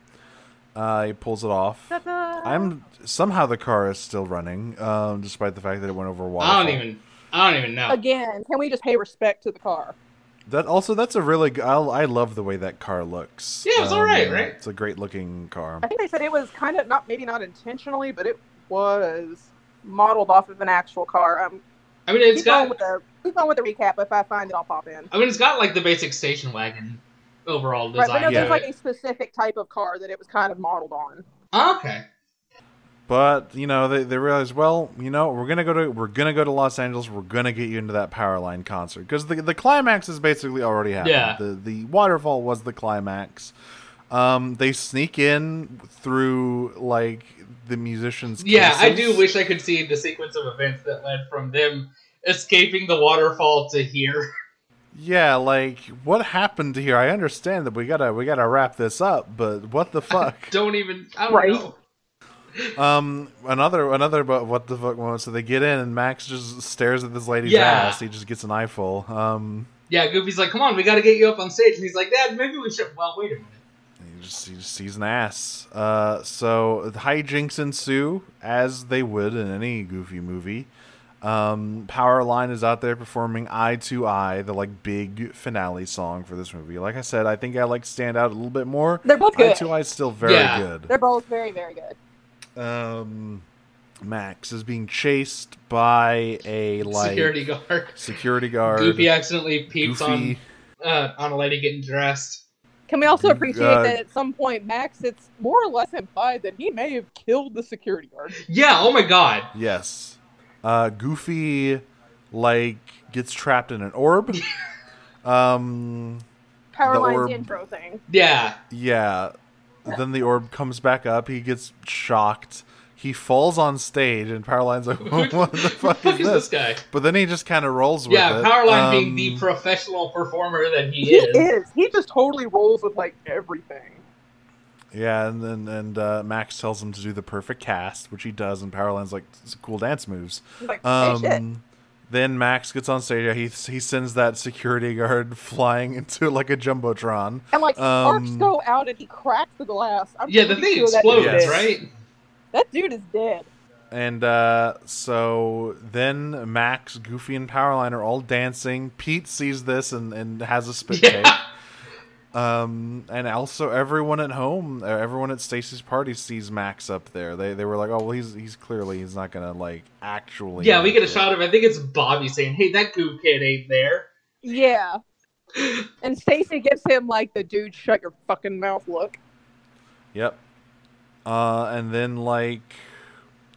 D: Uh, he pulls it off. I'm somehow the car is still running, um, despite the fact that it went over water.
C: I don't even. I don't even know.
B: again. Can we just pay respect to the car?
D: That also, that's a really. g- I, I love the way that car looks. Um,
C: Yeah, it's all right, right?
D: It's a great looking car.
B: I think they said it was kind of not maybe not intentionally, but it was modeled off of an actual car. Um,
C: I mean, it's
B: keep going
C: got.
B: with the keep going with the recap. If I find it, I'll pop in.
C: I mean, it's got like the basic station wagon overall
B: Right,
C: design.
B: but no,
D: Yeah.
B: there's
C: to
B: like
C: it.
B: a specific type of car that it was kind of modeled on.
C: Ah, okay.
D: But you know, they, they realized, well, you know, we're gonna go to we're gonna go to Los Angeles. We're gonna get you into that power line concert because the the climax is basically already happened.
C: Yeah.
D: The the waterfall was the climax. Um, they sneak in through like the musicians.
C: Yeah, I do
D: cases.
C: wish I could see the sequence of events that led from them escaping the waterfall to here.
D: Yeah, like what happened here? I understand that we gotta we gotta wrap this up, but what the
C: [LAUGHS]
D: fuck?
C: Don't even. I don't
B: Right.
C: know.
D: Um, another another but what the fuck moment. So they get in, and Max just stares at this lady's
C: Yeah.
D: ass. He just gets an eyeful. Um,
C: Yeah, Goofy's like, "Come on, we got to get you up on stage," and he's like, "Dad, maybe we should." Well, wait a minute.
D: he just he just sees an ass. Uh, so the hijinks ensue as they would in any goofy movie. Um, Powerline is out there performing "Eye to Eye," the like big finale song for this movie. Like I said, I think I like stand out a little bit more.
B: They're
D: [LAUGHS]
B: both
D: "Eye
B: good.
D: to Eye" is still very
C: Yeah.
D: good.
B: They're both very very good.
D: Um, Max is being chased by a like
C: Security guard.
D: security guard.
C: Goofy accidentally peeps
D: Goofy.
C: on uh, on a lady getting dressed.
B: Can we also
C: Mm,
D: Good
B: appreciate
D: God.
B: that at some point Max, it's more or less implied that he may have killed the security guard.
C: Yeah. Oh my god.
D: Yes. Uh, Goofy like gets trapped in
C: [LAUGHS]
D: an orb. um, The orb.
B: Powerline's intro thing.
C: Yeah.
D: yeah. Then the orb comes back up. He gets shocked. He falls on stage, and Powerline's like, [LAUGHS] [LAUGHS] "What the fuck,
C: Who the
D: is this?"
C: guy?
D: But then he just kind of rolls with
C: Yeah,
D: it.
C: Powerline being the
D: Um,
C: professional performer that he
B: He
C: is.
B: is. He just totally rolls with like everything.
D: Yeah, and then and uh, Max tells him to do the perfect cast, which he does, and Powerline's like, "It's cool dance moves."
B: He's like, hey, shit.
D: Um, then Max gets on stage. Yeah, He he sends that security guard [LAUGHS] flying into like a jumbotron.
B: And like sparks
D: Um,
B: go out and he cracks the glass. I'm
C: Yeah, the
B: pretty
C: thing
B: sure that dude
C: explodes,
D: Yes.
B: is-
C: right?
B: That dude is dead.
D: And uh, so then Max, Goofy, and Powerline are all dancing. Pete sees this and, and has a spit
C: Yeah.
D: take. Um, and also everyone at home, uh, everyone at Stacy's party sees Max up there. They they were like, oh well, he's he's clearly he's not gonna like actually.
C: Yeah, we
D: make
C: get a
D: it."
C: shot of. I think it's Bobby saying, "Hey, that goof kid ain't there."
B: Yeah. And Stacy gives him like the dude shut your fucking mouth look.
D: Yep. Uh, and then like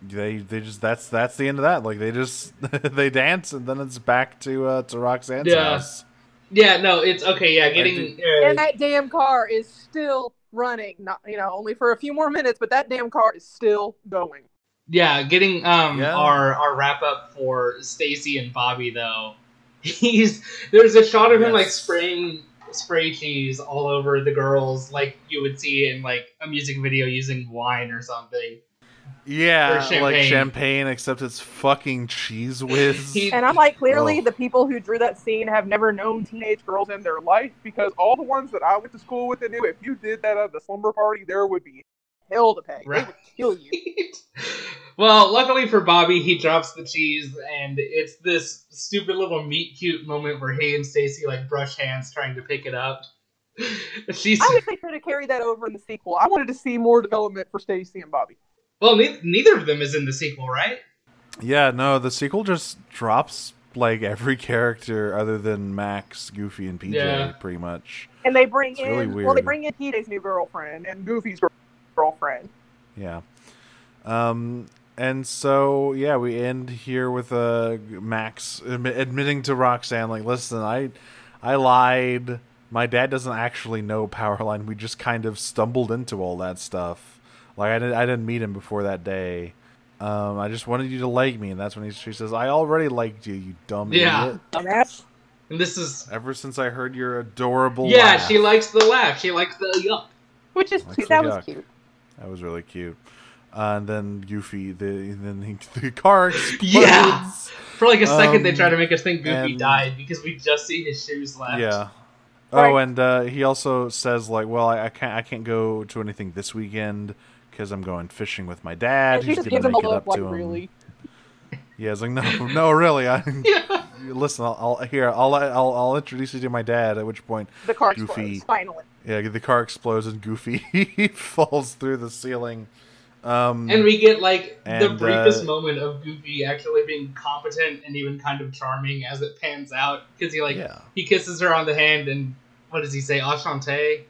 D: they they just that's that's the end of that. Like they just [LAUGHS] they dance and then it's back to uh to Roxanne's
C: Yeah.
D: house.
C: Yeah, no, it's okay. Yeah, getting
B: And
C: uh,
B: that damn car is still running. Not you know, only for a few more minutes, but that damn car is still going.
C: yeah, getting um
D: Yeah.
C: our our wrap up [LAUGHS] for Stacy and Bobby though. He's there's a shot of him like
D: Yes.
C: spraying spray cheese all over the girls, like you would see in like a music video using wine or something. [LAUGHS]
D: Yeah,
C: Or champagne.
D: like champagne, except it's fucking cheese whiz.
C: [LAUGHS] He-
B: And I'm like, clearly
D: Ugh.
B: the people who drew that scene have never known teenage
E: girls in their life because all the ones that I went to school with, and knew if you did that at the slumber party, there would be
B: hell to pay. They
C: Right.
B: would kill you.
C: well, luckily for Bobby, he drops the cheese, and it's this stupid little meet cute moment where he and Stacy like brush hands trying to pick it up. [LAUGHS] She's
B: I wish they could have carried that over in the sequel. I wanted to see more development for Stacy and Bobby.
C: well, ne- neither of them is in the sequel, right?
D: yeah, no, the sequel just drops like every character other than Max, Goofy, and PJ,
C: Yeah.
D: pretty much.
B: And they bring
D: It's
B: in
D: really
B: well, they
D: weird.
B: bring in PJ's new girlfriend, and
E: and Goofy's girl- girlfriend.
D: Yeah. Um, and so yeah, we end here with uh Max admi- admitting to Roxanne, like, listen, I, I lied. My dad doesn't actually know Powerline. We just kind of stumbled into all that stuff. Like I didn't, I didn't meet him before that day. Um, I just wanted you to like me, and that's when he, she says, "I already liked you, you dumb
C: Yeah.
D: idiot."
B: dumbass.
C: And this is
D: Ever since I heard your adorable
C: yeah,
D: laugh."
C: she likes the laugh. She likes the yuck.
B: Which is
D: That's
B: cute.
D: the
B: That was
D: yuck.
B: cute.
D: That was really cute. Uh, and then Goofy, the then [LAUGHS] the, the car
C: [LAUGHS]
D: explodes.
C: Yeah. For like a second, they
D: Um,
C: try to make us think Goofy
D: and-
C: died because we just see his shoes left.
D: Yeah.
B: Right.
D: Oh, and uh, he also says like, "Well, I, I can't, I can't go to anything this weekend because I'm going fishing with my dad."
B: And she
D: He's
B: just
D: gonna
B: gives him a
D: make it
B: look
D: up
B: like
D: to him.
B: really.
D: Yeah, it's like, "No, [LAUGHS] no, really,
B: [LAUGHS]
D: I
C: Yeah.
D: listen. I'll, I'll here, I'll, I'll, I'll introduce you to my dad." At which point,
B: The car
D: Goofy.
B: explodes finally.
D: yeah, the car explodes and Goofy [LAUGHS] falls through the ceiling.
C: [LAUGHS]
D: Um,
C: And we get like the
D: And,
C: briefest
D: uh,
C: moment of Goofy actually being competent and even kind of charming as it pans out because he like
D: yeah,
C: he kisses her on the hand and what does he say? Enchante.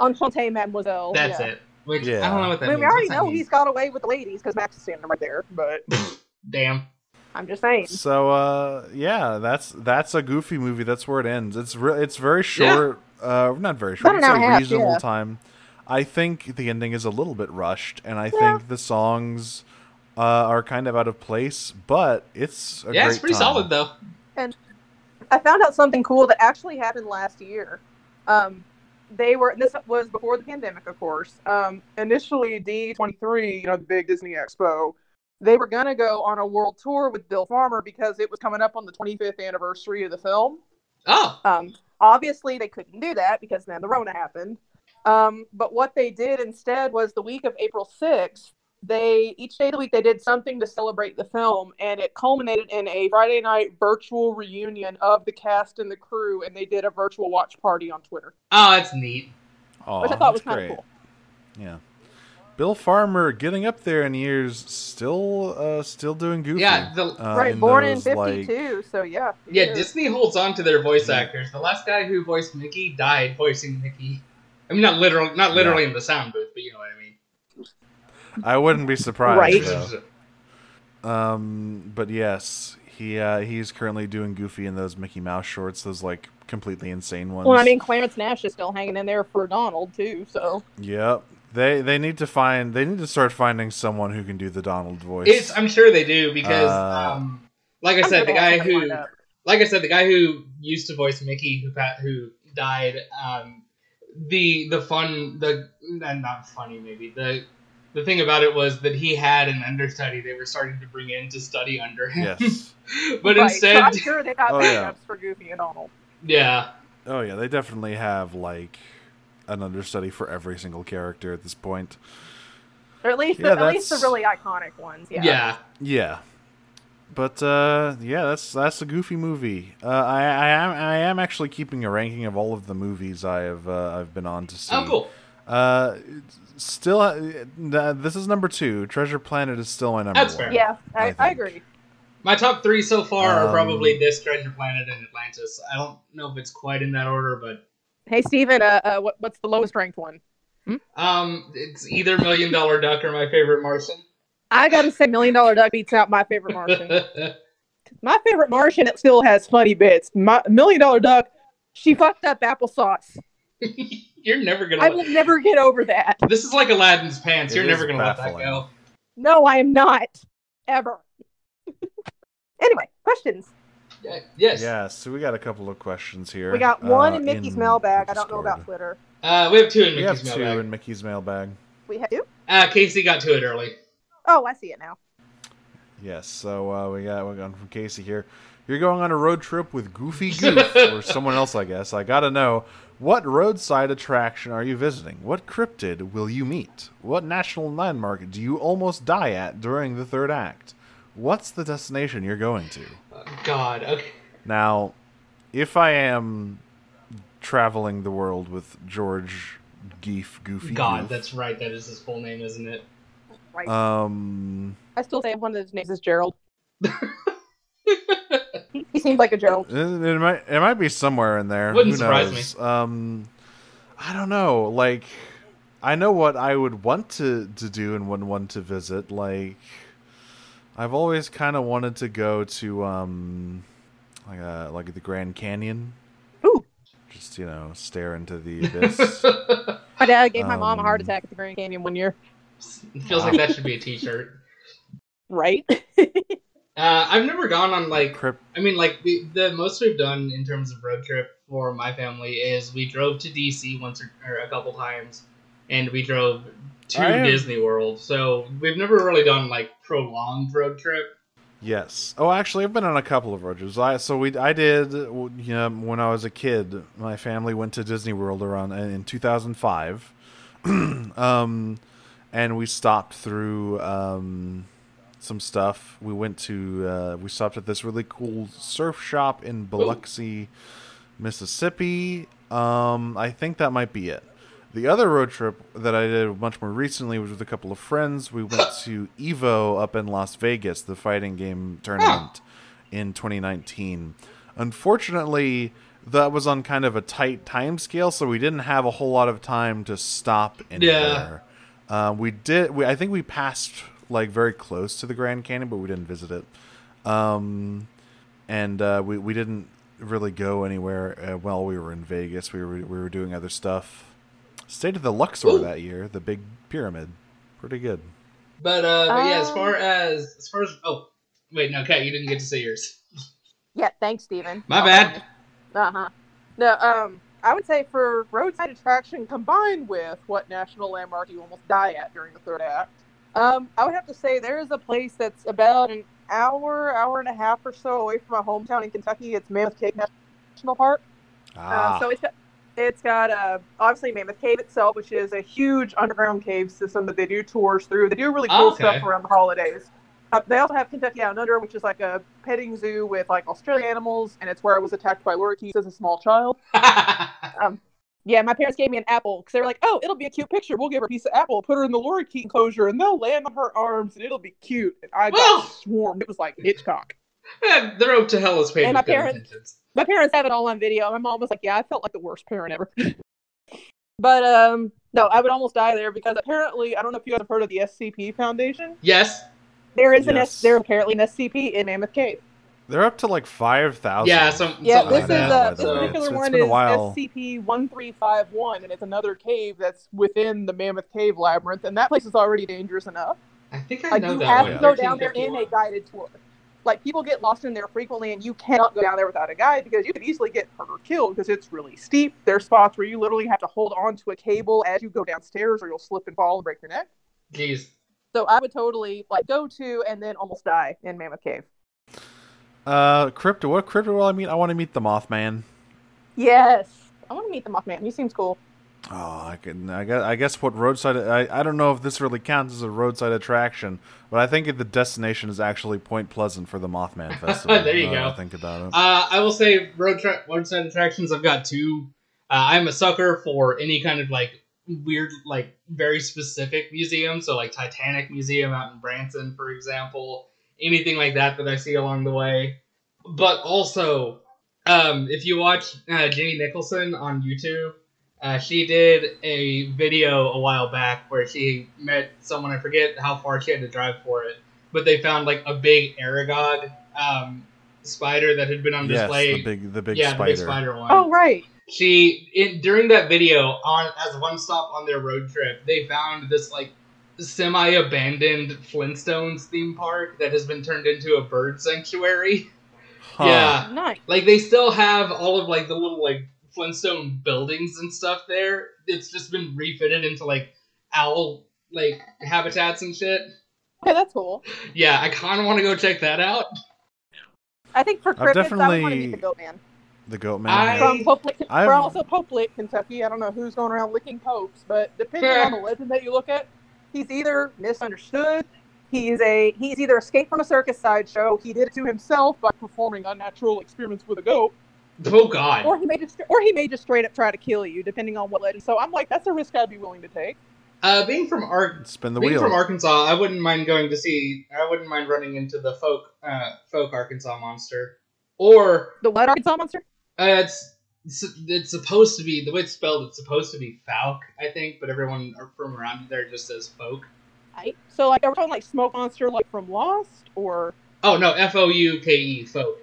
B: Enchante, mademoiselle.
C: That's
B: Oh, yeah.
C: it. Which I
D: Yeah.
C: don't know what that
B: I mean,
C: means.
B: we already
C: What's that
B: know
C: mean?
B: he's got away with the ladies because Max is standing right there. But
C: damn.
B: I'm just saying.
D: So uh yeah, that's that's a goofy movie. That's where it ends. It's re- it's very short. Uh, not very
B: About
D: short.
B: an
D: it's
B: hour and a
D: a
B: half,
D: reasonable
B: yeah.
D: time. I think the ending is a little bit rushed, and I
B: Yeah.
D: think the songs uh, are kind of out of place. But it's a
C: Yeah, it's
D: great
C: pretty
D: time.
C: solid though.
B: I found out something cool that actually happened last year. Um, they were and this was before the pandemic, of course. Um,
E: Initially, D23, you know, the big Disney Expo,
B: they were gonna go on a world tour with Bill Farmer because it was coming up on the 25th anniversary of the film.
C: Oh,
B: Um, obviously, they couldn't do that because then the Rona happened. Um, but what they did instead was the week of April 6th, they each day of the week they did something to celebrate the film, and it culminated in a Friday night virtual reunion of the cast and the crew, and they did a virtual watch party on Twitter,
C: oh, that's neat.
D: Aw,
B: which I thought was
D: that's
B: kind of
D: great.
B: cool.
D: Yeah. Bill Farmer getting up there in years, still uh, still doing goofy.
C: Yeah, the
D: uh,
B: right, born in
D: those, like-
B: 52, so yeah.
C: yeah. Disney holds on to their voice
D: Yeah.
C: actors. The last guy who voiced Mickey died voicing Mickey. I mean, not literal, not literally in the sound booth, but you know what I mean.
D: I wouldn't be surprised.
B: Right.
D: though. Um, but yes, he uh, he's currently doing Goofy in those Mickey Mouse shorts, those like completely insane ones.
B: Well, I mean, Clarence Nash is still hanging in there for Donald, too, so.
D: yep. They they need to find they need to start finding someone who can do the Donald voice.
C: It's I'm sure they do because
D: Uh,
C: um, like I
B: I'm
C: said,
B: sure they
C: the
B: have
C: guy
B: somebody
C: who
B: lined up.
C: like I said, the guy who used to voice Mickey who pat, who died um, the the fun the nah, not funny maybe the the thing about it was that he had an understudy they were starting to bring in to study under him.
D: yes.
C: [LAUGHS] but
B: Right, so
C: instead
B: [LAUGHS] I'm sure they got
D: Oh, yeah.
B: backups for Goofy and Donald.
C: yeah.
D: Oh yeah, they definitely have like an understudy for every single character at this point.
B: Or at least,
D: Yeah,
B: the, at least the
D: that's-
B: really iconic ones. Yeah.
C: Yeah.
D: Yeah. But uh, yeah, that's that's a goofy movie. Uh, I, I am I am actually keeping a ranking of all of the movies I have uh, I've been on to see.
C: Oh cool.
D: Uh, still, uh, th- this is number two. Treasure Planet is still my number
C: That's
D: one.
C: fair.
B: Yeah, I,
D: I
B: I,
D: think.
B: agree.
C: My top three so far are
D: Um,
C: probably this Treasure Planet and Atlantis. I don't know if it's quite in that order, but
B: Hey, Steven, uh, uh, what, what's the lowest ranked one?
C: um, it's either Million Dollar Duck or my favorite Martian. [LAUGHS]
B: I gotta say, Million Dollar Duck beats out My Favorite Martian. my Favorite Martian it still has funny bits. My Million Dollar Duck, she fucked up applesauce.
C: You're never gonna.
B: I
C: let-
B: will never get over that.
C: This is like Aladdin's pants.
D: It
C: You're
D: is
C: never gonna let that
D: baffling.
C: go.
B: [LAUGHS] No, I am not. Ever. anyway, questions.
C: Yeah, yes.
D: Yeah, so we got a couple of questions here.
B: We got one
D: uh,
B: in Mickey's
D: in
B: mailbag. I don't know
D: Discord.
B: about Twitter.
C: Uh, we have two in
D: We
C: Mickey's
D: have two
C: mailbag.
D: in Mickey's mailbag.
B: We have two.
C: Uh, Casey got to it early.
B: Oh, I see it now.
D: Yes, so uh, we got one from Casey here. You're going on a road trip
C: [LAUGHS]
D: with Goofy Goof or someone else, I guess. I gotta know what roadside attraction are you visiting? What cryptid will you meet? What national landmark do you almost die at during the third act? What's the destination you're going to?
C: Oh, God. Okay.
D: Now, if I am traveling the world with George Geef Goofy
C: God,
D: Goof,
C: that's right. That is his full name, isn't it?
B: Right.
D: um,
B: I still say one of his names is Gerald. he, he seems like a Gerald.
D: It, it might it might be somewhere in there.
C: Wouldn't
D: Who
C: surprise
D: knows? Um, I don't know. Like, I know what I would want to to do and would want to visit. Like, I've always kind of wanted to go to um, like uh like the Grand Canyon.
B: Ooh.
D: Just you know, stare into
C: [LAUGHS]
D: the abyss.
B: My dad gave my mom a heart
D: Um,
B: attack at the Grand Canyon one year.
C: Feels like that should be a T-shirt.
B: Right?
C: Uh, I've never gone on like
D: Crypt-
C: I mean, like the, the most we've done in terms of road trip for my family is we drove to DC once or, or a couple times, and we drove to
D: I am-
C: Disney World. So we've never really done like prolonged road trip.
D: Yes. Oh, actually, I've been on a couple of road trips. I so we I did you know when I was a kid, my family went to Disney World around uh, in 2005, [CLEARS THROAT] um, and we stopped through um, some stuff. We went to uh, we stopped at this really cool surf shop in Biloxi, Mississippi. Um, I think that might be it. The other road trip that I did much more recently was with a couple of friends. We went to Evo up in Las Vegas, the fighting game tournament in 2019. Unfortunately, that was on kind of a tight time scale, so we didn't have a whole lot of time to stop anywhere. Uh, we did. We, I think we passed like very close to the Grand Canyon, but we didn't visit it. Um, and uh, we we didn't really go anywhere uh, while we were in Vegas. We were we were doing other stuff. Stayed at the Luxor
C: Ooh.
D: that year, the big pyramid. Pretty good.
C: But uh, but yeah, as
B: Um.
C: far as as far as oh wait no, Kat, you didn't get to say yours.
B: [LAUGHS] yeah, thanks, Steven.
C: [LAUGHS] My bad.
B: Uh huh. No, um, I would say for roadside attraction combined with what national landmark you almost die at during the third act, um, I would have to say there is a place that's about an hour, hour and a half or so away from my hometown in Kentucky. It's Mammoth Cave National Park.
D: Ah,
B: Uh, so it's got, it's got uh, obviously Mammoth Cave itself, which is a huge underground cave system that they do tours through. They do really cool
C: Okay.
B: stuff around the holidays. Uh, they also have Kentucky Down Under, which is like a petting zoo with like Australian animals, and it's where I was attacked by lorikeets as a small child. Yeah, my parents gave me an apple because they were like, "Oh, it'll be a cute picture. We'll give her a piece of apple, put her in the lorikeet enclosure, and they'll land on her arms, and it'll be cute." And I
C: Well-
B: got swarmed. It was like Hitchcock.
C: [LAUGHS] Eh, the road to hell is paved
B: And
C: with
B: my
C: good
B: parents-
C: intentions.
B: my parents have it all on video. My mom was like, "Yeah, I felt like the worst parent ever." [LAUGHS] but um, no, I would almost die there because apparently, I don't know if you guys have heard of the SCP Foundation.
C: Yes.
B: There is an
D: Yes.
B: S. There apparently an SCP in Mammoth Cave.
D: they're up to like five thousand.
C: Yeah. Some,
B: Yeah,
C: something
B: this
C: like
B: is
C: that.
B: uh,
D: uh,
B: this
C: So-
D: it's-
B: particular
D: it's
B: one
D: been a
B: is
D: while.
B: SCP one three five one, and it's another cave that's within the Mammoth Cave labyrinth, and that place is already dangerous enough.
C: I think I
B: Like
C: know
B: you
C: that
B: have
C: one.
B: to go down there in
C: 1351.
B: a guided tour. Like people get lost in there frequently, and you cannot go down there without a guide because you could easily get hurt or killed because it's really steep. There's spots where you literally have to hold on to a cable as you go downstairs, or you'll slip and fall and break your neck.
C: Jeez.
B: So I would totally like go to and then almost die in Mammoth Cave.
D: Uh, crypto. What crypto will I meet? I want to meet the Mothman.
B: Yes, I want to meet the Mothman. He seems cool.
D: Oh, I can. I guess. I guess what roadside. I, I don't know if this really counts as a roadside attraction, but I think the destination is actually Point Pleasant for the Mothman
C: [LAUGHS]
D: Festival.
C: There you
D: now that I
C: go.
D: think about it.
C: Uh, I will say road tra- roadside attractions. I've got two. Uh, I'm a sucker for any kind of like weird, like very specific museum. So like Titanic Museum out in Branson, for example. Anything like that that I see along the way. But also, um, if you watch uh, Jenny Nicholson on YouTube, uh, she did a video a while back where she met someone. I forget how far she had to drive for it, but they found like a big Aragog um, spider that had been on
D: yes,
C: display.
D: the big, the big
C: yeah,
D: spider.
C: the big spider one.
B: Oh right,
C: She in, during that video on as one stop on their road trip, they found this like semi-abandoned Flintstones theme park that has been turned into a bird sanctuary.
D: Huh.
C: Yeah.
B: Nice.
C: Like they still have all of like the little like Flintstone buildings and stuff there. It's just been refitted into like owl like habitats and shit.
B: Okay, that's cool.
C: Yeah, I kind of want to go check that out.
B: I think for
D: I've
B: crickets, I want to
D: definitely-
B: meet the goat man.
D: The goat
C: I-
D: man.
B: From Pope Lick-
D: I've-
B: we're also Pope Lick, Kentucky. I don't know who's going around licking popes, but depending
C: Fair.
B: on the legend that you look at, he's either misunderstood. He's a he's either escaped from a circus sideshow. He did it to himself by performing unnatural experiments with a goat,
C: Oh god.
B: or he may just or he may just straight up try to kill you, depending on what legend. So I'm like, that's a risk I'd be willing to take.
C: Uh, being from Ar-
D: Spin the
C: being
D: wheel.
C: from Arkansas, I wouldn't mind going to see. I wouldn't mind running into the folk uh, folk Arkansas monster, or
B: The what Arkansas monster?
C: uh, it's it's supposed to be the way it's spelled. It's supposed to be Falk, I think, but everyone from around there just says folk.
B: Right. So like, are we talking like smoke monster, like from Lost, or
C: Oh no, F O U K E folk.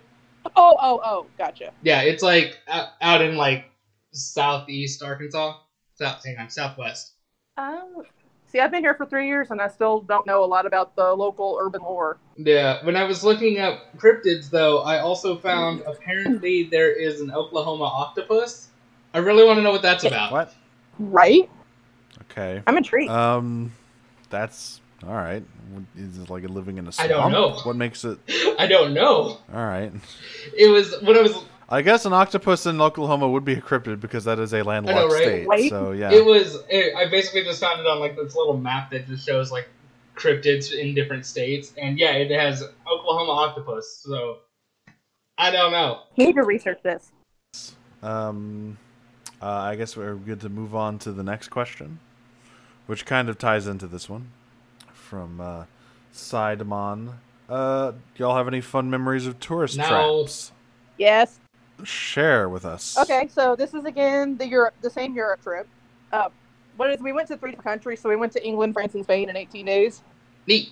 B: oh oh oh, gotcha.
C: Yeah, it's like out, out in like southeast Arkansas, south hang on, southwest.
B: Um, see, I've been here for three years and I still don't know a lot about the local urban lore.
C: Yeah, when I was looking up cryptids, though, I also found apparently there is an Oklahoma octopus. I really want to know what that's about.
D: What?
B: Right?
D: Okay.
B: I'm intrigued.
D: Um, that's all right. Is it like living in a
C: I
D: swamp?
C: don't know.
D: What makes it
C: I don't know.
D: all right?
C: It was when I was.
D: I guess an octopus in Oklahoma would be a cryptid because that is a landlocked
C: right?
D: state.
B: Right?
D: So yeah,
C: It was. It, I basically just found it on like this little map that just shows like cryptids in different states, and yeah, it has Oklahoma octopus. So I don't know.
B: Need to research this.
D: um, uh, I guess we're good to move on to the next question, which kind of ties into this one from uh, Sidemon. Uh, y'all have any fun memories of tourist
C: No.
D: traps?
B: Yes.
D: Share with us.
B: Okay, so this is again the Europe, the same Europe trip. Uh, what is? We went to three different countries, so we went to England, France, and Spain in 18 days.
C: Neat.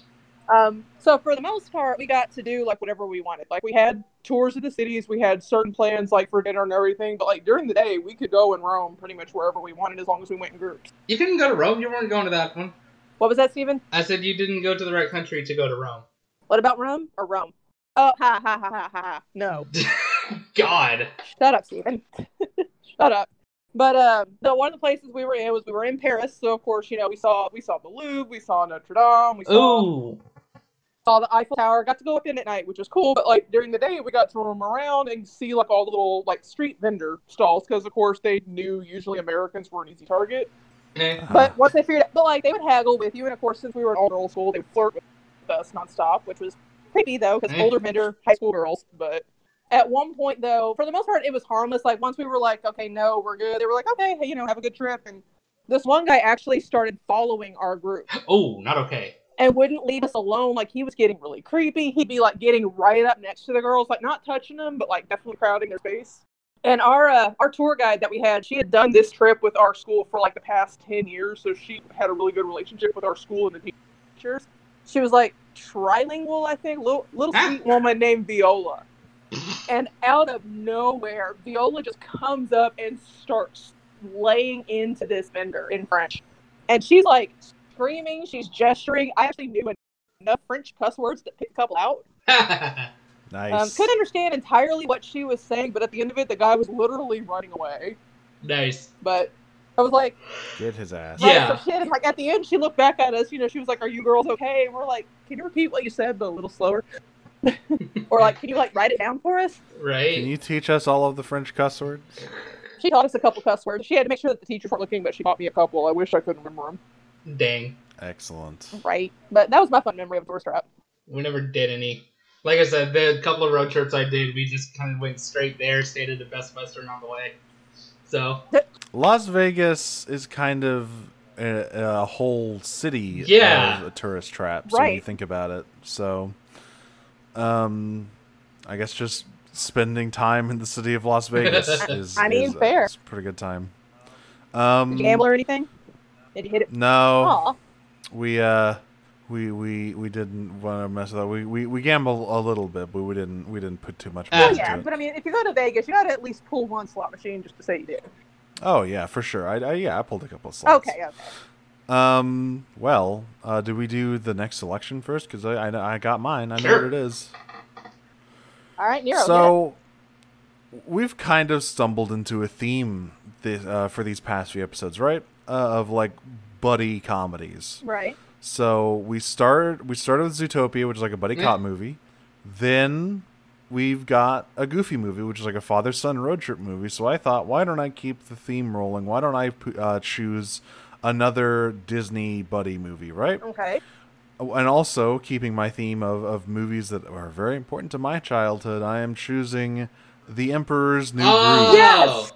B: Um, so for the most part, we got to do like whatever we wanted. Like we had tours of the cities, we had certain plans like for dinner and everything. But like during the day, we could go and roam pretty much wherever we wanted as long as we went in groups.
C: You couldn't go to Rome. You weren't going to that one.
B: What was that, Steven?
C: I said you didn't go to the right country to go to Rome.
B: What about Rome or Rome? Oh, ha ha ha ha ha, ha. No,
C: [LAUGHS] God.
B: shut up, Stephen. [LAUGHS] shut up. But uh, the one of the places we were in was we were in Paris, so of course you know we saw we saw the Louvre, we saw Notre Dame, we saw,
C: Ooh.
B: saw the Eiffel Tower. Got to go up in at night, which was cool. But like during the day, we got to roam around and see like all the little like street vendor stalls because of course they knew usually Americans were an easy target.
C: Eh.
D: Uh-huh.
B: But um, once they figured out, but like they would haggle with you, and of course, since we were in all girls school, they would flirt with us nonstop, which was creepy though, because
C: Mm.
B: older men are high school girls. But at one point, though, for the most part, it was harmless. Like once we were like, okay, no, we're good. They were like, okay, you know, have a good trip. And this one guy actually started following our group
C: Oh, not okay.
B: and wouldn't leave us alone. Like he was getting really creepy. He'd be like getting right up next to the girls, like not touching them, but like definitely crowding their face. And our uh, our tour guide that we had, she had done this trip with our school for like the past ten years, so she had a really good relationship with our school and the teachers. She was like trilingual, I think, little little
C: Ah.
B: sweet woman named Viola. And out of nowhere, Viola just comes up and starts laying into this vendor in French. And she's like screaming, she's gesturing. I actually knew enough French cuss words to pick a couple out. Um,
D: nice.
B: couldn't understand entirely what she was saying, but at the end of it, the guy was literally running away.
C: [LAUGHS] nice.
B: But I was like,
D: Get his ass.
B: right,
C: Yeah.
B: so she had- like at the end, she looked back at us. You know, she was like, "Are you girls okay?" And we're like, "Can you repeat what you said, but a little slower?" [LAUGHS] or like, "Can you like write it down for us?"
C: Right?
D: Can you teach us all of the French cuss words?
B: She taught us a couple cuss words. She had to make sure that the teachers weren't looking, but she taught me a couple. I wish I could remember them.
C: Dang.
D: Excellent.
B: Right, but that was my fun memory of Door Strap.
C: We never did any. Like I said, the couple of road trips I did, we just kind of went straight there, stayed at the Best Western on the way. So,
D: Las Vegas is kind of a, a whole city
C: Yeah.
D: of tourist traps when you
B: Right.
D: think about it. So, um, I guess just spending time in the city of Las Vegas is,
B: I mean,
D: is,
B: fair.
D: is a pretty good time. Um,
B: Did you Oh. gamble or anything? Did you hit it?
D: No,
B: Aw.
D: we uh, we we we didn't want to mess with that. We, we we gamble a little bit, but we didn't we didn't put too much.
C: Oh,
D: money
B: Well,
D: into
B: yeah,
D: it.
B: but I mean, if you go to Vegas, you got to at least pull one slot machine just to say you did.
D: Oh yeah, for sure. I, I yeah, I pulled a couple of slots.
B: Okay, okay.
D: Um. Well, uh, do we do the next selection first? Because I, I I got mine. I know
C: Sure.
D: what it is.
B: All right, Nero. yeah.
D: so we've kind of stumbled into a theme th- uh, for these past few episodes, right? Uh, of like buddy comedies.
B: right.
D: So we started we started with Zootopia, which is like a buddy
C: Yeah.
B: Mm.
D: cop movie. Then we've got a Goofy movie, which is like a father son road trip movie. So I thought, why don't I keep the theme rolling? Why don't I p- uh, choose another Disney buddy movie, right?
B: Okay.
D: Oh, and also keeping my theme of, of movies that are very important to my childhood, I am choosing The Emperor's New
C: Oh,
D: Groove.
B: Yes!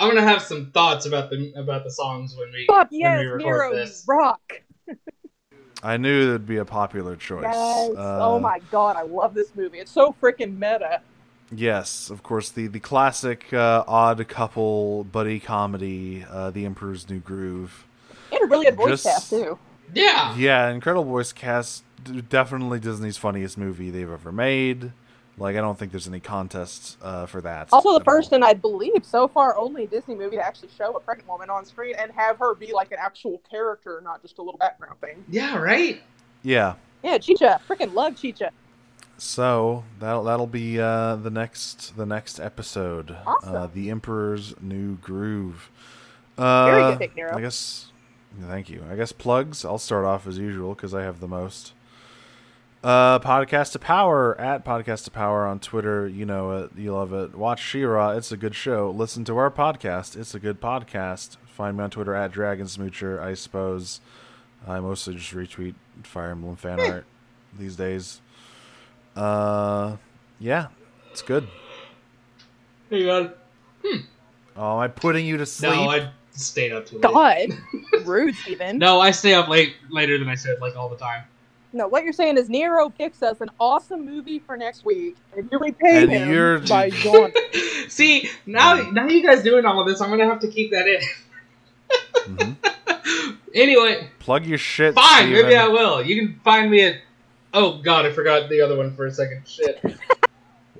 C: I'm gonna have some thoughts about the about the songs when we
B: Fuck
C: when
B: yes,
C: we record
B: Nero, you
C: this.
B: rock.
D: I knew it'd be a popular choice.
B: Yes.
D: Uh,
B: oh my god, I love this movie. It's so freaking meta.
D: Yes, of course the the classic uh, odd couple buddy comedy, uh, The Emperor's New Groove.
B: And a really good voice
D: Just-
B: cast too.
C: Yeah.
D: Yeah, incredible voice cast. d- Definitely Disney's funniest movie they've ever made. Like I don't think there's any contest uh, for that.
B: Also,
D: at
B: the
D: all.
B: first and I believe so far only Disney movie to actually show a pregnant woman on screen and have her be like an actual character, not just a little background thing.
C: Yeah. Right.
D: Yeah.
B: Yeah, Chicha, freaking love Chicha.
D: So that'll that'll be uh, the next the next episode. Uh,
B: Awesome.
D: the Emperor's New Groove. Uh,
B: Very good pick, Nero.
D: I guess. Thank you. I guess plugs. I'll start off as usual because I have the most. Uh, podcast to power at podcast to power on Twitter. You know it. You love it. Watch Shira. It's a good show. Listen to our podcast. It's a good podcast. Find me on Twitter at Dragonsmoocher. I suppose I mostly just retweet Fire Emblem fan
B: Hmm.
D: art these days. Uh, yeah, it's good.
C: Hang on.
D: Oh, am I putting you to sleep?
C: No, I stayed up too late.
D: [LAUGHS]
B: God, rude, Steven.
C: No, I stay up late later than I should, like all the time.
B: No, what you're saying is Nero picks us an awesome movie for next week, and you repay
D: And
B: him
D: you're-
B: by yawning.
C: [LAUGHS] See, now now you guys doing all of this, I'm gonna have to keep that
D: [LAUGHS] Mhm.
C: in. [LAUGHS] anyway,
D: Plug your shit.
C: fine, maybe
D: Steven.
C: I will. You can find me at. Oh God, I forgot the other one for a second. Shit.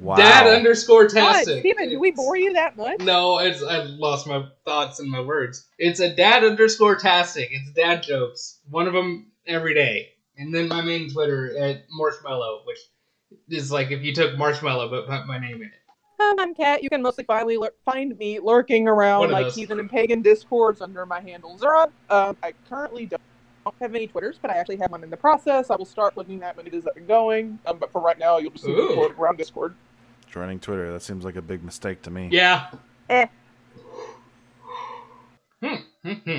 D: Wow.
C: Dad underscore
B: God,
C: tastic.
B: Steven, do we bore you that much?
C: No, it's I lost my thoughts and my words. It's a dad underscore tastic. It's dad jokes. One of them every day, and then my main Twitter at marshmallow, which is like if you took marshmallow but put my name in it.
B: Um, I'm Kat. You can mostly finally lur- find me lurking around
C: One of
B: like
C: those.
B: heathen and pagan discords under my handles are up. Um, I currently don't have any Twitters, but I actually have one in the process. I will start looking at when it is up and going. Um, but for right now, you'll just see
C: Ooh.
B: me floating around Discord.
D: Joining Twitter. That seems like a big mistake to me.
C: Yeah.
B: Eh.
C: Hmm, hmm, hmm.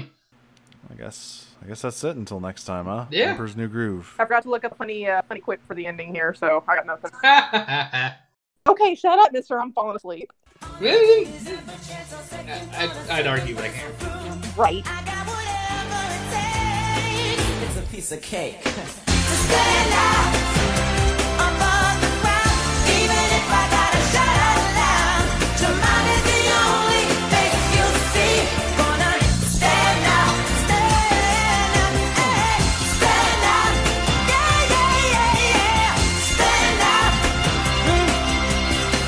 C: [LAUGHS]
D: I guess. I guess that's it until next time, huh?
C: Yeah.
D: Emperor's New Groove.
B: I forgot to look up funny, uh, funny quick for the ending here, so I got nothing.
C: I,
B: Okay, shut up, Mister. I'm falling asleep.
C: I- I'd argue, but I can't.
B: Right.
F: I got whatever it takes
G: It's a piece of cake.
F: to stand out above the crowd, even if I gotta shout out loud. Your mind is the only face you see. Gonna stand out, stand out, eh, stand out, yeah, yeah, yeah, yeah, stand out.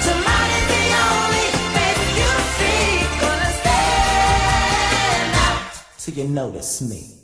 F: Your mind is the only face you see. Gonna stand out.
G: Till you notice me.